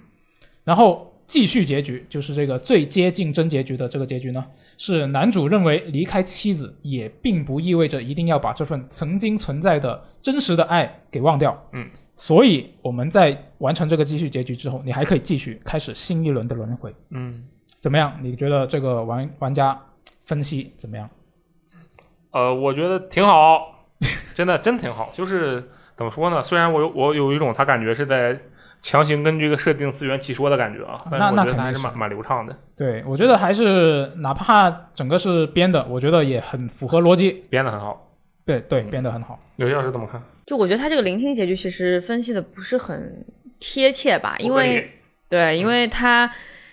然后继续结局就是这个最接近真结局的这个结局呢，是男主认为离开妻子也并不意味着一定要把这份曾经存在的真实的爱给忘掉。嗯，所以我们在完成这个继续结局之后，你还可以继续开始新一轮的轮回。嗯，怎么样？你觉得这个玩玩家分析怎么样？呃，我觉得挺好，真的真挺好。就是怎么说呢？虽然我有我有一种他感觉是在强行根据这个设定自圆其说的感觉啊，但那是那我觉得肯他还定是是蛮蛮流畅的，对我觉得还是哪怕整个是编的，我觉得也很符合逻辑。编的很好。对对，编得很好。刘老师怎么看？就我觉得他这个聆听结局其实分析的不是很贴切吧，因为对，因为他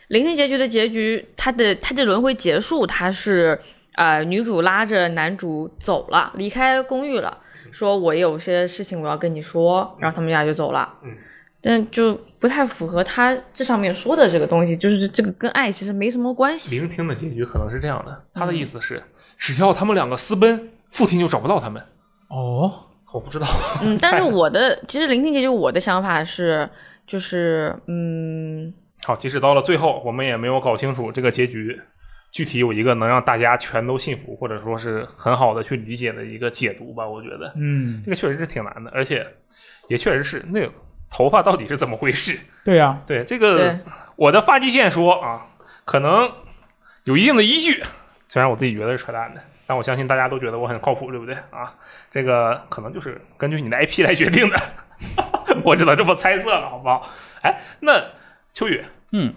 聆听结局的结局，他的他这轮回结束，他是呃女主拉着男主走了，离开公寓了，说我有些事情我要跟你说，然后他们俩就走了。嗯，但就不太符合他这上面说的这个东西，就是这个跟爱其实没什么关系。聆听的结局可能是这样的，他的意思是，只要他们两个私奔，父亲就找不到他们。哦，我不知道， *laughs* 嗯，但是太我的其实聆听结局，我的想法是，就是嗯，好，即使到了最后，我们也没有搞清楚这个结局具体有一个能让大家全都信服，或者说是很好的去理解的一个解读吧。我觉得嗯这，个确实是挺难的，而且也确实是那个头发到底是怎么回事？对啊呀、对这个对，我的发际线说啊，可能有一定的依据，虽然我自己觉得是扯淡的，但我相信大家都觉得我很靠谱，对不对啊？这个可能就是根据你的 IP 来决定的， *laughs* 我只能这么猜测了，好不好？哎，那秋雨，嗯，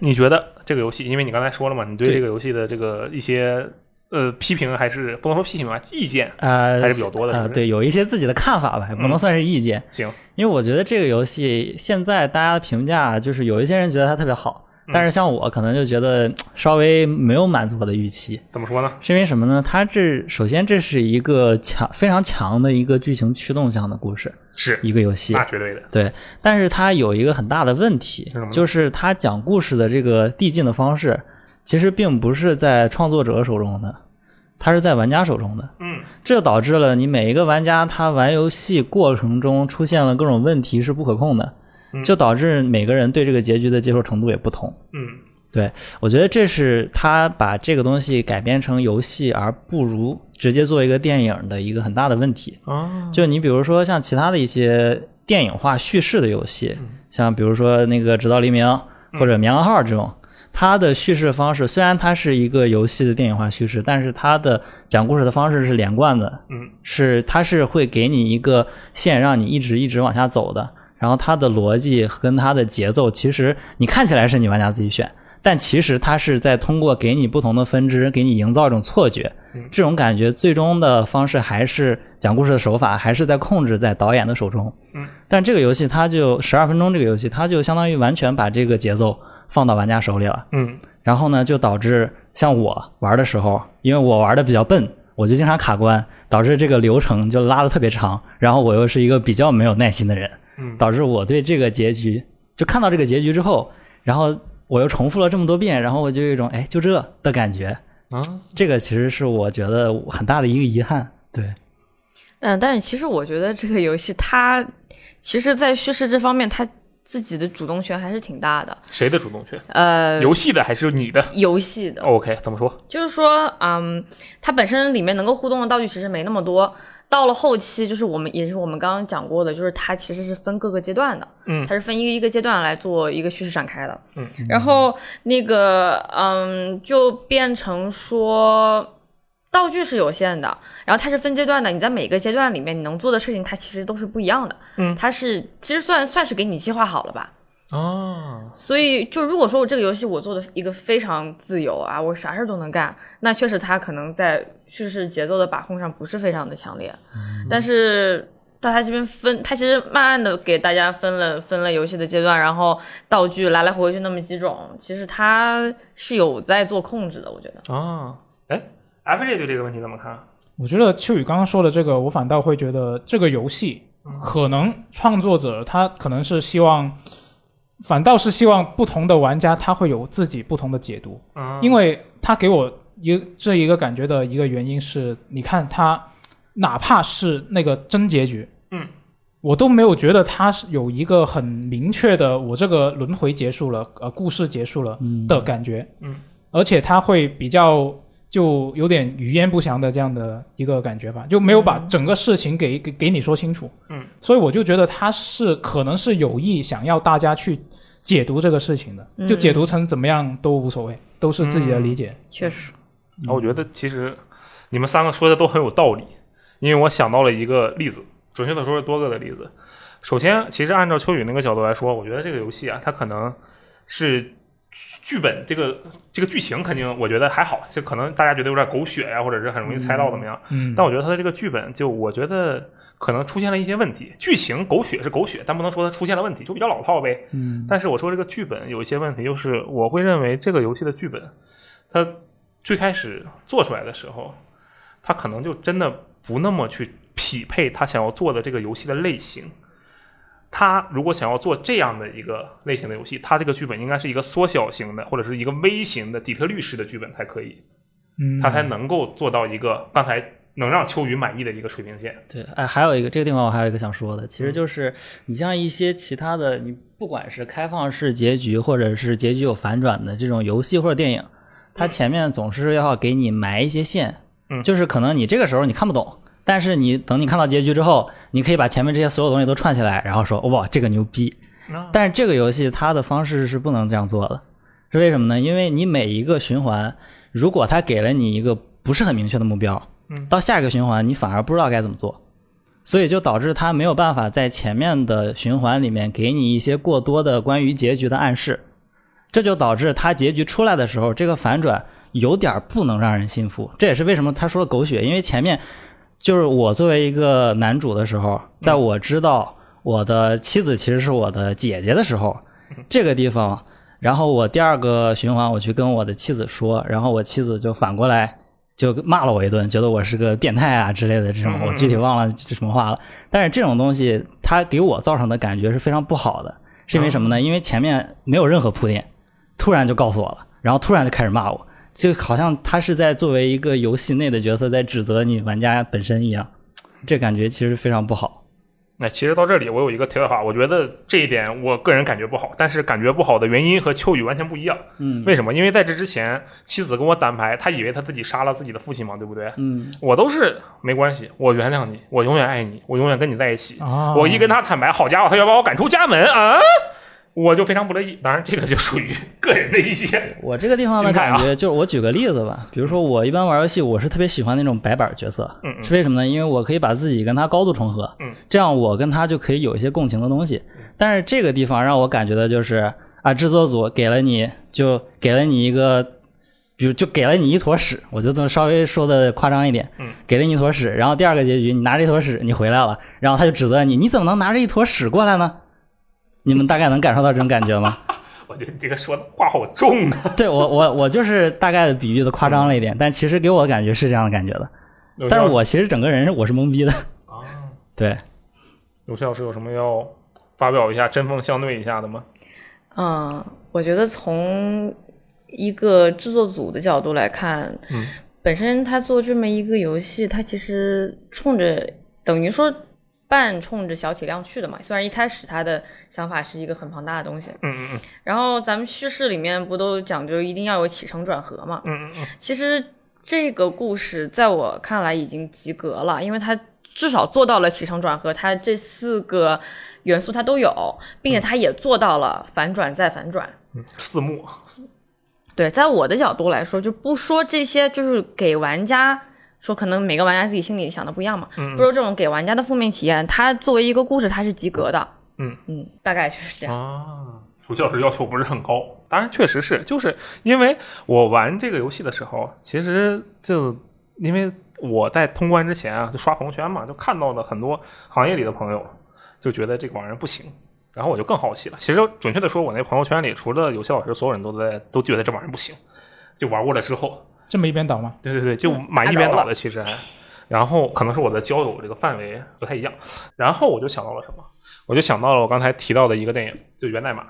你觉得这个游戏，因为你刚才说了嘛，你对对这个游戏的这个一些呃批评还是不能说批评吧，意见呃，还是比较多的，呃，是不是，对，有一些自己的看法吧，也不嗯能算是意见。行，因为我觉得这个游戏现在大家的评价就是有一些人觉得它特别好，嗯但是像我可能就觉得嗯稍微没有满足我的预期，怎么说呢？是因为什么呢？它这首先这是一个强非常强的一个剧情驱动向的故事，是，一个游戏那，绝对的，对，但是它有一个很大的问题啊什么呢，就是它讲故事的这个递进的方式，其实并不是在创作者手中的，它是在玩家手中的。嗯，这导致了你每一个玩家他玩游戏过程中出现了各种问题是不可控的，就导致每个人对这个结局的接受程度也不同。嗯，我觉得这是他把这个东西改编成游戏，而不如直接做一个电影的一个很大的问题。啊，就你比如说像其他的一些电影化叙事的游戏，像比如说那个《直到黎明》或者《绵羊号》这种，它的叙事方式虽然它是一个游戏的电影化叙事，但是它的讲故事的方式是连贯的，嗯，是它是会给你一个线让你一直一直往下走的，然后它的逻辑跟它的节奏，其实你看起来是你玩家自己选。但其实它是在通过给你不同的分支，给你营造一种错觉，这种感觉最终的方式还是讲故事的手法，还是在控制在导演的手中。嗯，但这个游戏它就十二分钟，这个游戏它就相当于完全把这个节奏放到玩家手里了。嗯，然后呢，就导致像我玩的时候，因为我玩的比较笨，我就经常卡关，导致这个流程就拉的特别长。然后我又是一个比较没有耐心的人，嗯导致我对这个结局，就看到这个结局之后，然后我又重复了这么多遍，然后我就有一种哎就这的感觉。啊，这个其实是我觉得很大的一个遗憾。对，嗯，但是其实我觉得这个游戏它其实，在叙事这方面，它自己的主动权还是挺大的。谁的主动权？呃，游戏的还是你的游戏的， ？OK，怎么说？就是说，嗯，它本身里面能够互动的道具其实没那么多。到了后期，就是我们也是我们刚刚讲过的，就是它其实是分各个阶段的，嗯它是分一个一个阶段来做一个叙事展开的，嗯，然后那个，嗯，就变成说。道具是有限的，然后它是分阶段的，你在每个阶段里面你能做的事情，它其实都是不一样的。嗯它是其实算算是给你计划好了吧，哦，所以，就如果说我这个游戏我做的一个非常自由啊，我啥事儿都能干，那确实它可能在叙事节奏的把控上不是非常的强烈。但是到它这边分，它其实慢慢的给大家分了分了游戏的阶段，然后道具来来回回就那么几种，其实它是有在做控制的，我觉得。哦，哎，FJ 对这个问题怎么看？我觉得秋雨刚刚说的这个，我反倒会觉得这个游戏可能创作者他可能是希望，反倒是希望不同的玩家他会有自己不同的解读，嗯，因为他给我一个这一个感觉的一个原因是，你看他哪怕是那个真结局，嗯，我都没有觉得他是有一个很明确的我这个轮回结束了，呃，故事结束了嗯的感觉，嗯，而且他会比较就有点语焉不详的这样的一个感觉吧，就没有把整个事情给给给你说清楚，嗯，所以我就觉得他是可能是有意想要大家去解读这个事情的，嗯就解读成怎么样都无所谓，都是自己的理解，确实，然啊后我觉得其实你们三个说的都很有道理，因为我想到了一个例子，准确的说是多个的例子。首先，其实按照秋雨那个角度来说，我觉得这个游戏啊，它可能是剧本这个这个剧情肯定我觉得还好，就可能大家觉得有点狗血呀、或者是很容易猜到怎么样。嗯，但我觉得它的这个剧本，就我觉得可能出现了一些问题。剧情狗血是狗血，但不能说它出现了问题，就比较老套呗。嗯，但是我说这个剧本有一些问题，就是我会认为这个游戏的剧本，它最开始做出来的时候，它可能就真的不那么去匹配它想要做的这个游戏的类型。它如果想要做这样的一个类型的游戏，它这个剧本应该是一个缩小型的，或者是一个微型的底特律式的剧本才可以，嗯，它才能够做到一个刚才能让秋雨满意的一个水平线。对，哎，还有一个这个地方我还有一个想说的，其嗯实就是你像一些其他的，你不管是开放式结局，或者是结局有反转的这种游戏或者电影，它前面总是要给你埋一些线，嗯就是可能你这个时候你看不懂。但是你等你看到结局之后，你可以把前面这些所有东西都串起来，然后说哇这个牛逼。那但是这个游戏它的方式是不能这样做的，是为什么呢？因为你每一个循环，如果它给了你一个不是很明确的目标，嗯到下一个循环你反而不知道该怎么做，所以就导致它没有办法在前面的循环里面给你一些过多的关于结局的暗示，这就导致它结局出来的时候，这个反转有点儿不能让人信服。这也是为什么他说狗血，因为前面就是我作为一个男主的时候，在我知道我的妻子其实是我的姐姐的时候，这个地方，然后我第二个循环我去跟我的妻子说，然后我妻子就反过来。就骂了我一顿，觉得我是个变态啊之类的这种嗯嗯，嗯我具体忘了这什么话了。但是这种东西，它给我造成的感觉是非常不好的，是因为什么嗯呢？因为前面没有任何铺垫，突然就告诉我了，然后突然就开始骂我，就好像他是在作为一个游戏内的角色在指责你玩家本身一样，这感觉其实非常不好。那其实到这里，我有一个题外话，我觉得这一点我个人感觉不好，但是感觉不好的原因和秋雨完全不一样。嗯为什么？因为在这之前，妻子跟我坦白，她以为她自己杀了自己的父亲嘛，对不对？嗯，我都是没关系，我原谅你，我永远爱你，我永远跟你在一哦起。啊，我一跟她坦白，好家伙，她要把我赶出家门啊！我就非常不乐意。当然，这个就属于个人的一些，我这个地方的啊感觉就是，我举个例子吧，比如说我一般玩游戏，我是特别喜欢那种白板角色，嗯嗯是为什么呢？因为我可以把自己跟他高度重合，嗯，这样我跟他就可以有一些共情的东西。但是这个地方让我感觉的就是啊，制作组给了你就给了你一个，比如就给了你一坨屎，我就这么稍微说的夸张一点，嗯，给了你一坨屎，然后第二个结局你拿着一坨屎你回来了，然后他就指责你，你怎么能拿着一坨屎过来呢？你们大概能感受到这种感觉吗？我觉得你这个说的话好重啊。 *laughs* 对我我我就是大概的比喻的夸张了一点，但其实给我的感觉是这样的感觉的。但是我其实整个人是我是懵逼 *laughs* 的。啊， *laughs* 对，刘老师有什么要发表一下针锋相对一下的吗？嗯，我觉得从一个制作组的角度来看，嗯本身他做这么一个游戏，他其实冲着等于说半冲着小体量去的嘛。虽然一开始他的想法是一个很庞大的东西，嗯嗯然后咱们叙事里面不都讲究一定要有起承转合嘛？嗯嗯嗯其实这个故事在我看来已经及格了，因为它至少做到了起承转合，它这四个元素它都有，并且它也做到了反转再反转。嗯，四幕，对，在我的角度来说，就不说这些，就是给玩家说，可能每个玩家自己心里想的不一样嘛。嗯不说这种给玩家的负面体验，它作为一个故事，它是及格的。嗯嗯，大概就是这样。啊，暑期老师要求不是很高，当然确实是，就是因为我玩这个游戏的时候，其实就因为我在通关之前啊，就刷朋友圈嘛，就看到了很多行业里的朋友就觉得这个玩意儿不行。然后我就更好奇了。其实准确的说，我那朋友圈里除了有些老师，所有人都在都觉得这玩意儿不行。就玩过了之后，这么一边倒吗？对对对，就满一边倒的其实还。然后可能是我的交友这个范围不太一样，然后我就想到了什么？我就想到了我刚才提到的一个电影，就《源代码》，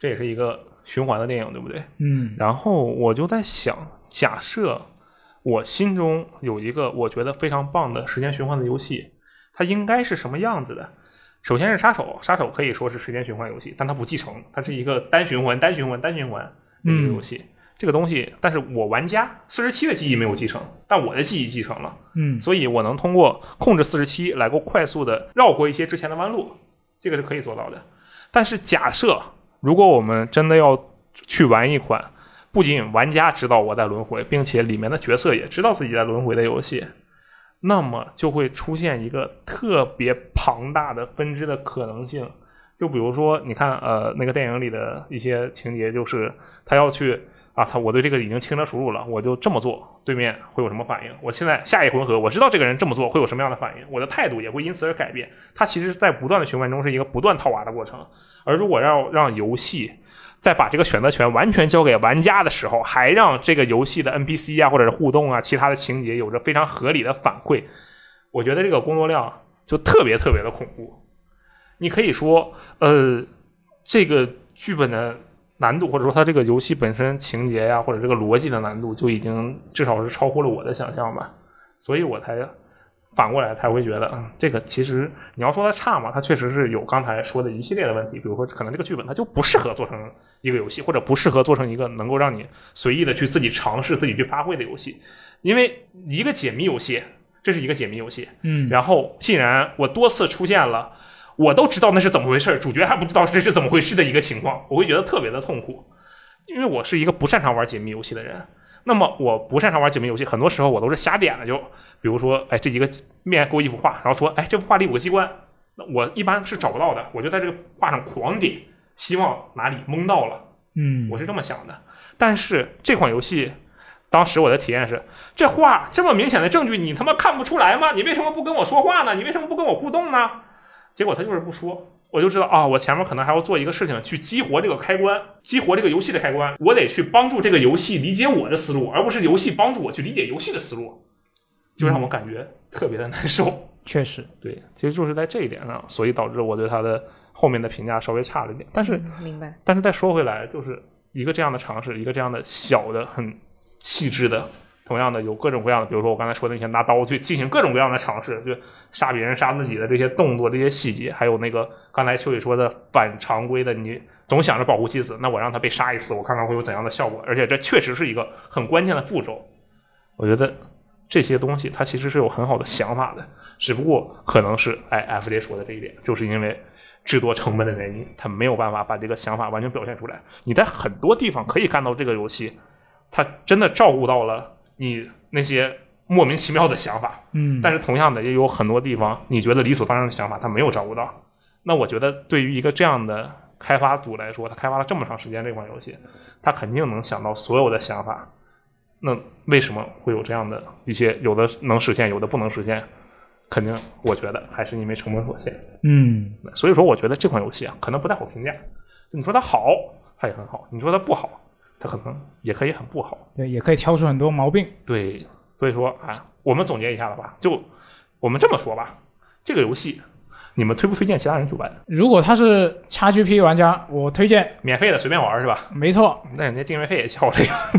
这也是一个循环的电影，对不对？嗯，然后我就在想，假设我心中有一个我觉得非常棒的时间循环的游戏，它应该是什么样子的？首先是杀手，杀手可以说是时间循环游戏，但它不继承，它是一个单循环、单循环、单循环的一个游戏。这个东西，但是我玩家四十七的记忆没有继承，但我的记忆继承了，嗯，所以我能通过控制四十七来够快速的绕过一些之前的弯路，这个是可以做到的。但是假设如果我们真的要去玩一款不仅玩家知道我在轮回，并且里面的角色也知道自己在轮回的游戏，那么就会出现一个特别庞大的分支的可能性。就比如说，你看，呃，那个电影里的一些情节，就是他要去啊，他我对这个已经轻车熟路了，我就这么做，对面会有什么反应？我现在下一回合，我知道这个人这么做会有什么样的反应，我的态度也会因此而改变。它其实，在不断的循环中是一个不断套娃的过程。而如果要让游戏在把这个选择权完全交给玩家的时候，还让这个游戏的 NPC 啊，或者是互动啊，其他的情节有着非常合理的反馈，我觉得这个工作量就特别特别的恐怖。你可以说，呃，这个剧本的难度，或者说它这个游戏本身情节呀、或者这个逻辑的难度，就已经至少是超乎了我的想象吧。所以我才反过来才会觉得，嗯，这个其实你要说它差嘛，它确实是有刚才说的一系列的问题，比如说可能这个剧本它就不适合做成一个游戏，或者不适合做成一个能够让你随意的去自己尝试、自己去发挥的游戏，因为一个解密游戏，这是一个解密游戏，嗯，然后竟然我多次出现了，我都知道那是怎么回事儿，主角还不知道这是怎么回事的一个情况，我会觉得特别的痛苦，因为我是一个不擅长玩解密游戏的人。那么我不擅长玩解密游戏，很多时候我都是瞎点的就，比如说，哎，这一个面给我一幅画，然后说，哎，这幅画里有个机关，那我一般是找不到的，我就在这个画上狂点，希望哪里蒙到了。嗯，我是这么想的。但是这款游戏，当时我的体验是，这画这么明显的证据，你他妈看不出来吗？你为什么不跟我说话呢？你为什么不跟我互动呢？结果他就是不说，我就知道啊，我前面可能还要做一个事情去激活这个开关，激活这个游戏的开关，我得去帮助这个游戏理解我的思路，而不是游戏帮助我去理解游戏的思路，就让我感觉特别的难受。确实，嗯对，其实就是在这一点上，所以导致我对他的后面的评价稍微差了一点。但是嗯明白。但是再说回来，就是一个这样的尝试，一个这样的小的、很细致的，同样的有各种各样的，比如说我刚才说的那些拿刀去进行各种各样的尝试，就杀别人、杀自己的这些动作、这些细节，还有那个刚才秋雨说的反常规的，你总想着保护妻子，那我让他被杀一次，我看看会有怎样的效果。而且这确实是一个很关键的步骤，我觉得。这些东西，它其实是有很好的想法的，只不过可能是哎，FJ 说的这一点，就是因为制作成本的原因，他没有办法把这个想法完全表现出来。你在很多地方可以看到这个游戏，它真的照顾到了你那些莫名其妙的想法，嗯，但是同样的，也有很多地方你觉得理所当然的想法，它没有照顾到。那我觉得对于一个这样的开发组来说，他开发了这么长时间这款游戏，他肯定能想到所有的想法。那为什么会有这样的一些有的能实现，有的不能实现？肯定，我觉得还是因为成本所限。嗯，所以说，我觉得这款游戏啊，可能不太好评价。你说它好，它也很好；你说它不好，它可能也可以很不好。对，也可以挑出很多毛病。对，所以说啊，我们总结一下了吧，就我们这么说吧，这个游戏你们推不推荐其他人去玩？如果他是 XGP 玩家，我推荐，免费的随便玩是吧？没错，那人家订阅费也交了呀。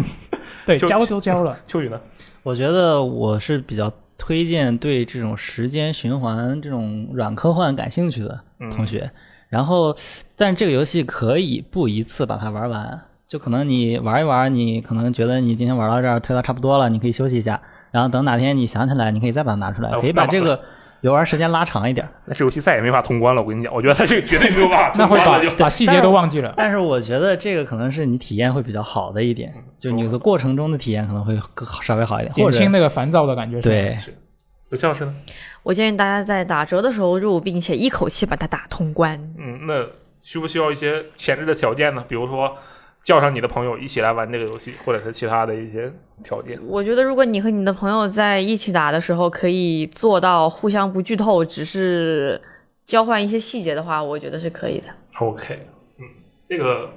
对，就交都交了，秋雨呢？我觉得我是比较推荐对这种时间循环、这种软科幻感兴趣的嗯同学。然后，但这个游戏可以不一次把它玩完，就可能你玩一玩，你可能觉得你今天玩到这儿推到差不多了，你可以休息一下，然后等哪天你想起来，你可以再把它拿出来哎，我可以把那这我个游玩时间拉长一点。那这游戏再也没法通关了。我跟你讲，我觉得它这个绝对没有办法 *laughs* 那通会关把了就。把细节都忘 *laughs* 记 *laughs* 了。但是我觉得这个可能是你体验会比较好的一点，嗯就你的过程中的体验可能会更好稍微好一点，减或者轻那个烦躁的感觉是吧，对有这样是呢？我建议大家在打折的时候入，并且一口气把它打通关。嗯，那需不需要一些前置的条件呢？比如说叫上你的朋友一起来玩这个游戏，或者是其他的一些条件。我觉得，如果你和你的朋友在一起打的时候，可以做到互相不剧透，只是交换一些细节的话，我觉得是可以的。 OK，嗯，这个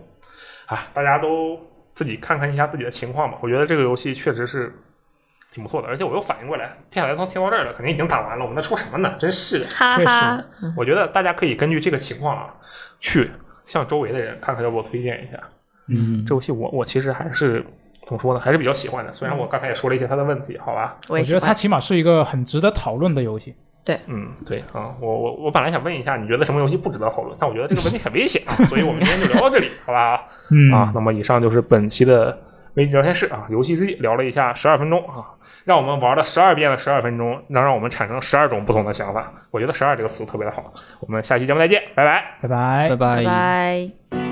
啊，大家都自己看看一下自己的情况吧。我觉得这个游戏确实是挺不错的，而且我又反应过来，电海通听到这儿了，肯定已经打完了，我们在说什么呢？真是的。哈哈，我觉得大家可以根据这个情况啊，去向周围的人看看要不要推荐一下。嗯，这游戏我我其实还是怎么说呢，还是比较喜欢的。虽然我刚才也说了一些它的问题，好吧？也我觉喜得它欢。起码是一个很值得讨论的游戏。嗯，对啊，我我我本来想问一下，你觉得什么游戏不值得讨论？但我觉得这个问题很危险啊，所以我们今天就聊到这里，好吧？嗯啊，那么以上就是本期的微聊天室啊，游戏世界聊了一下十二分钟啊，让我们玩了十二遍的十二分钟，能让我们产生十二种不同的想法。我觉得“十二”这个词特别的好。我们下期节目再见，拜拜。拜拜拜。拜拜。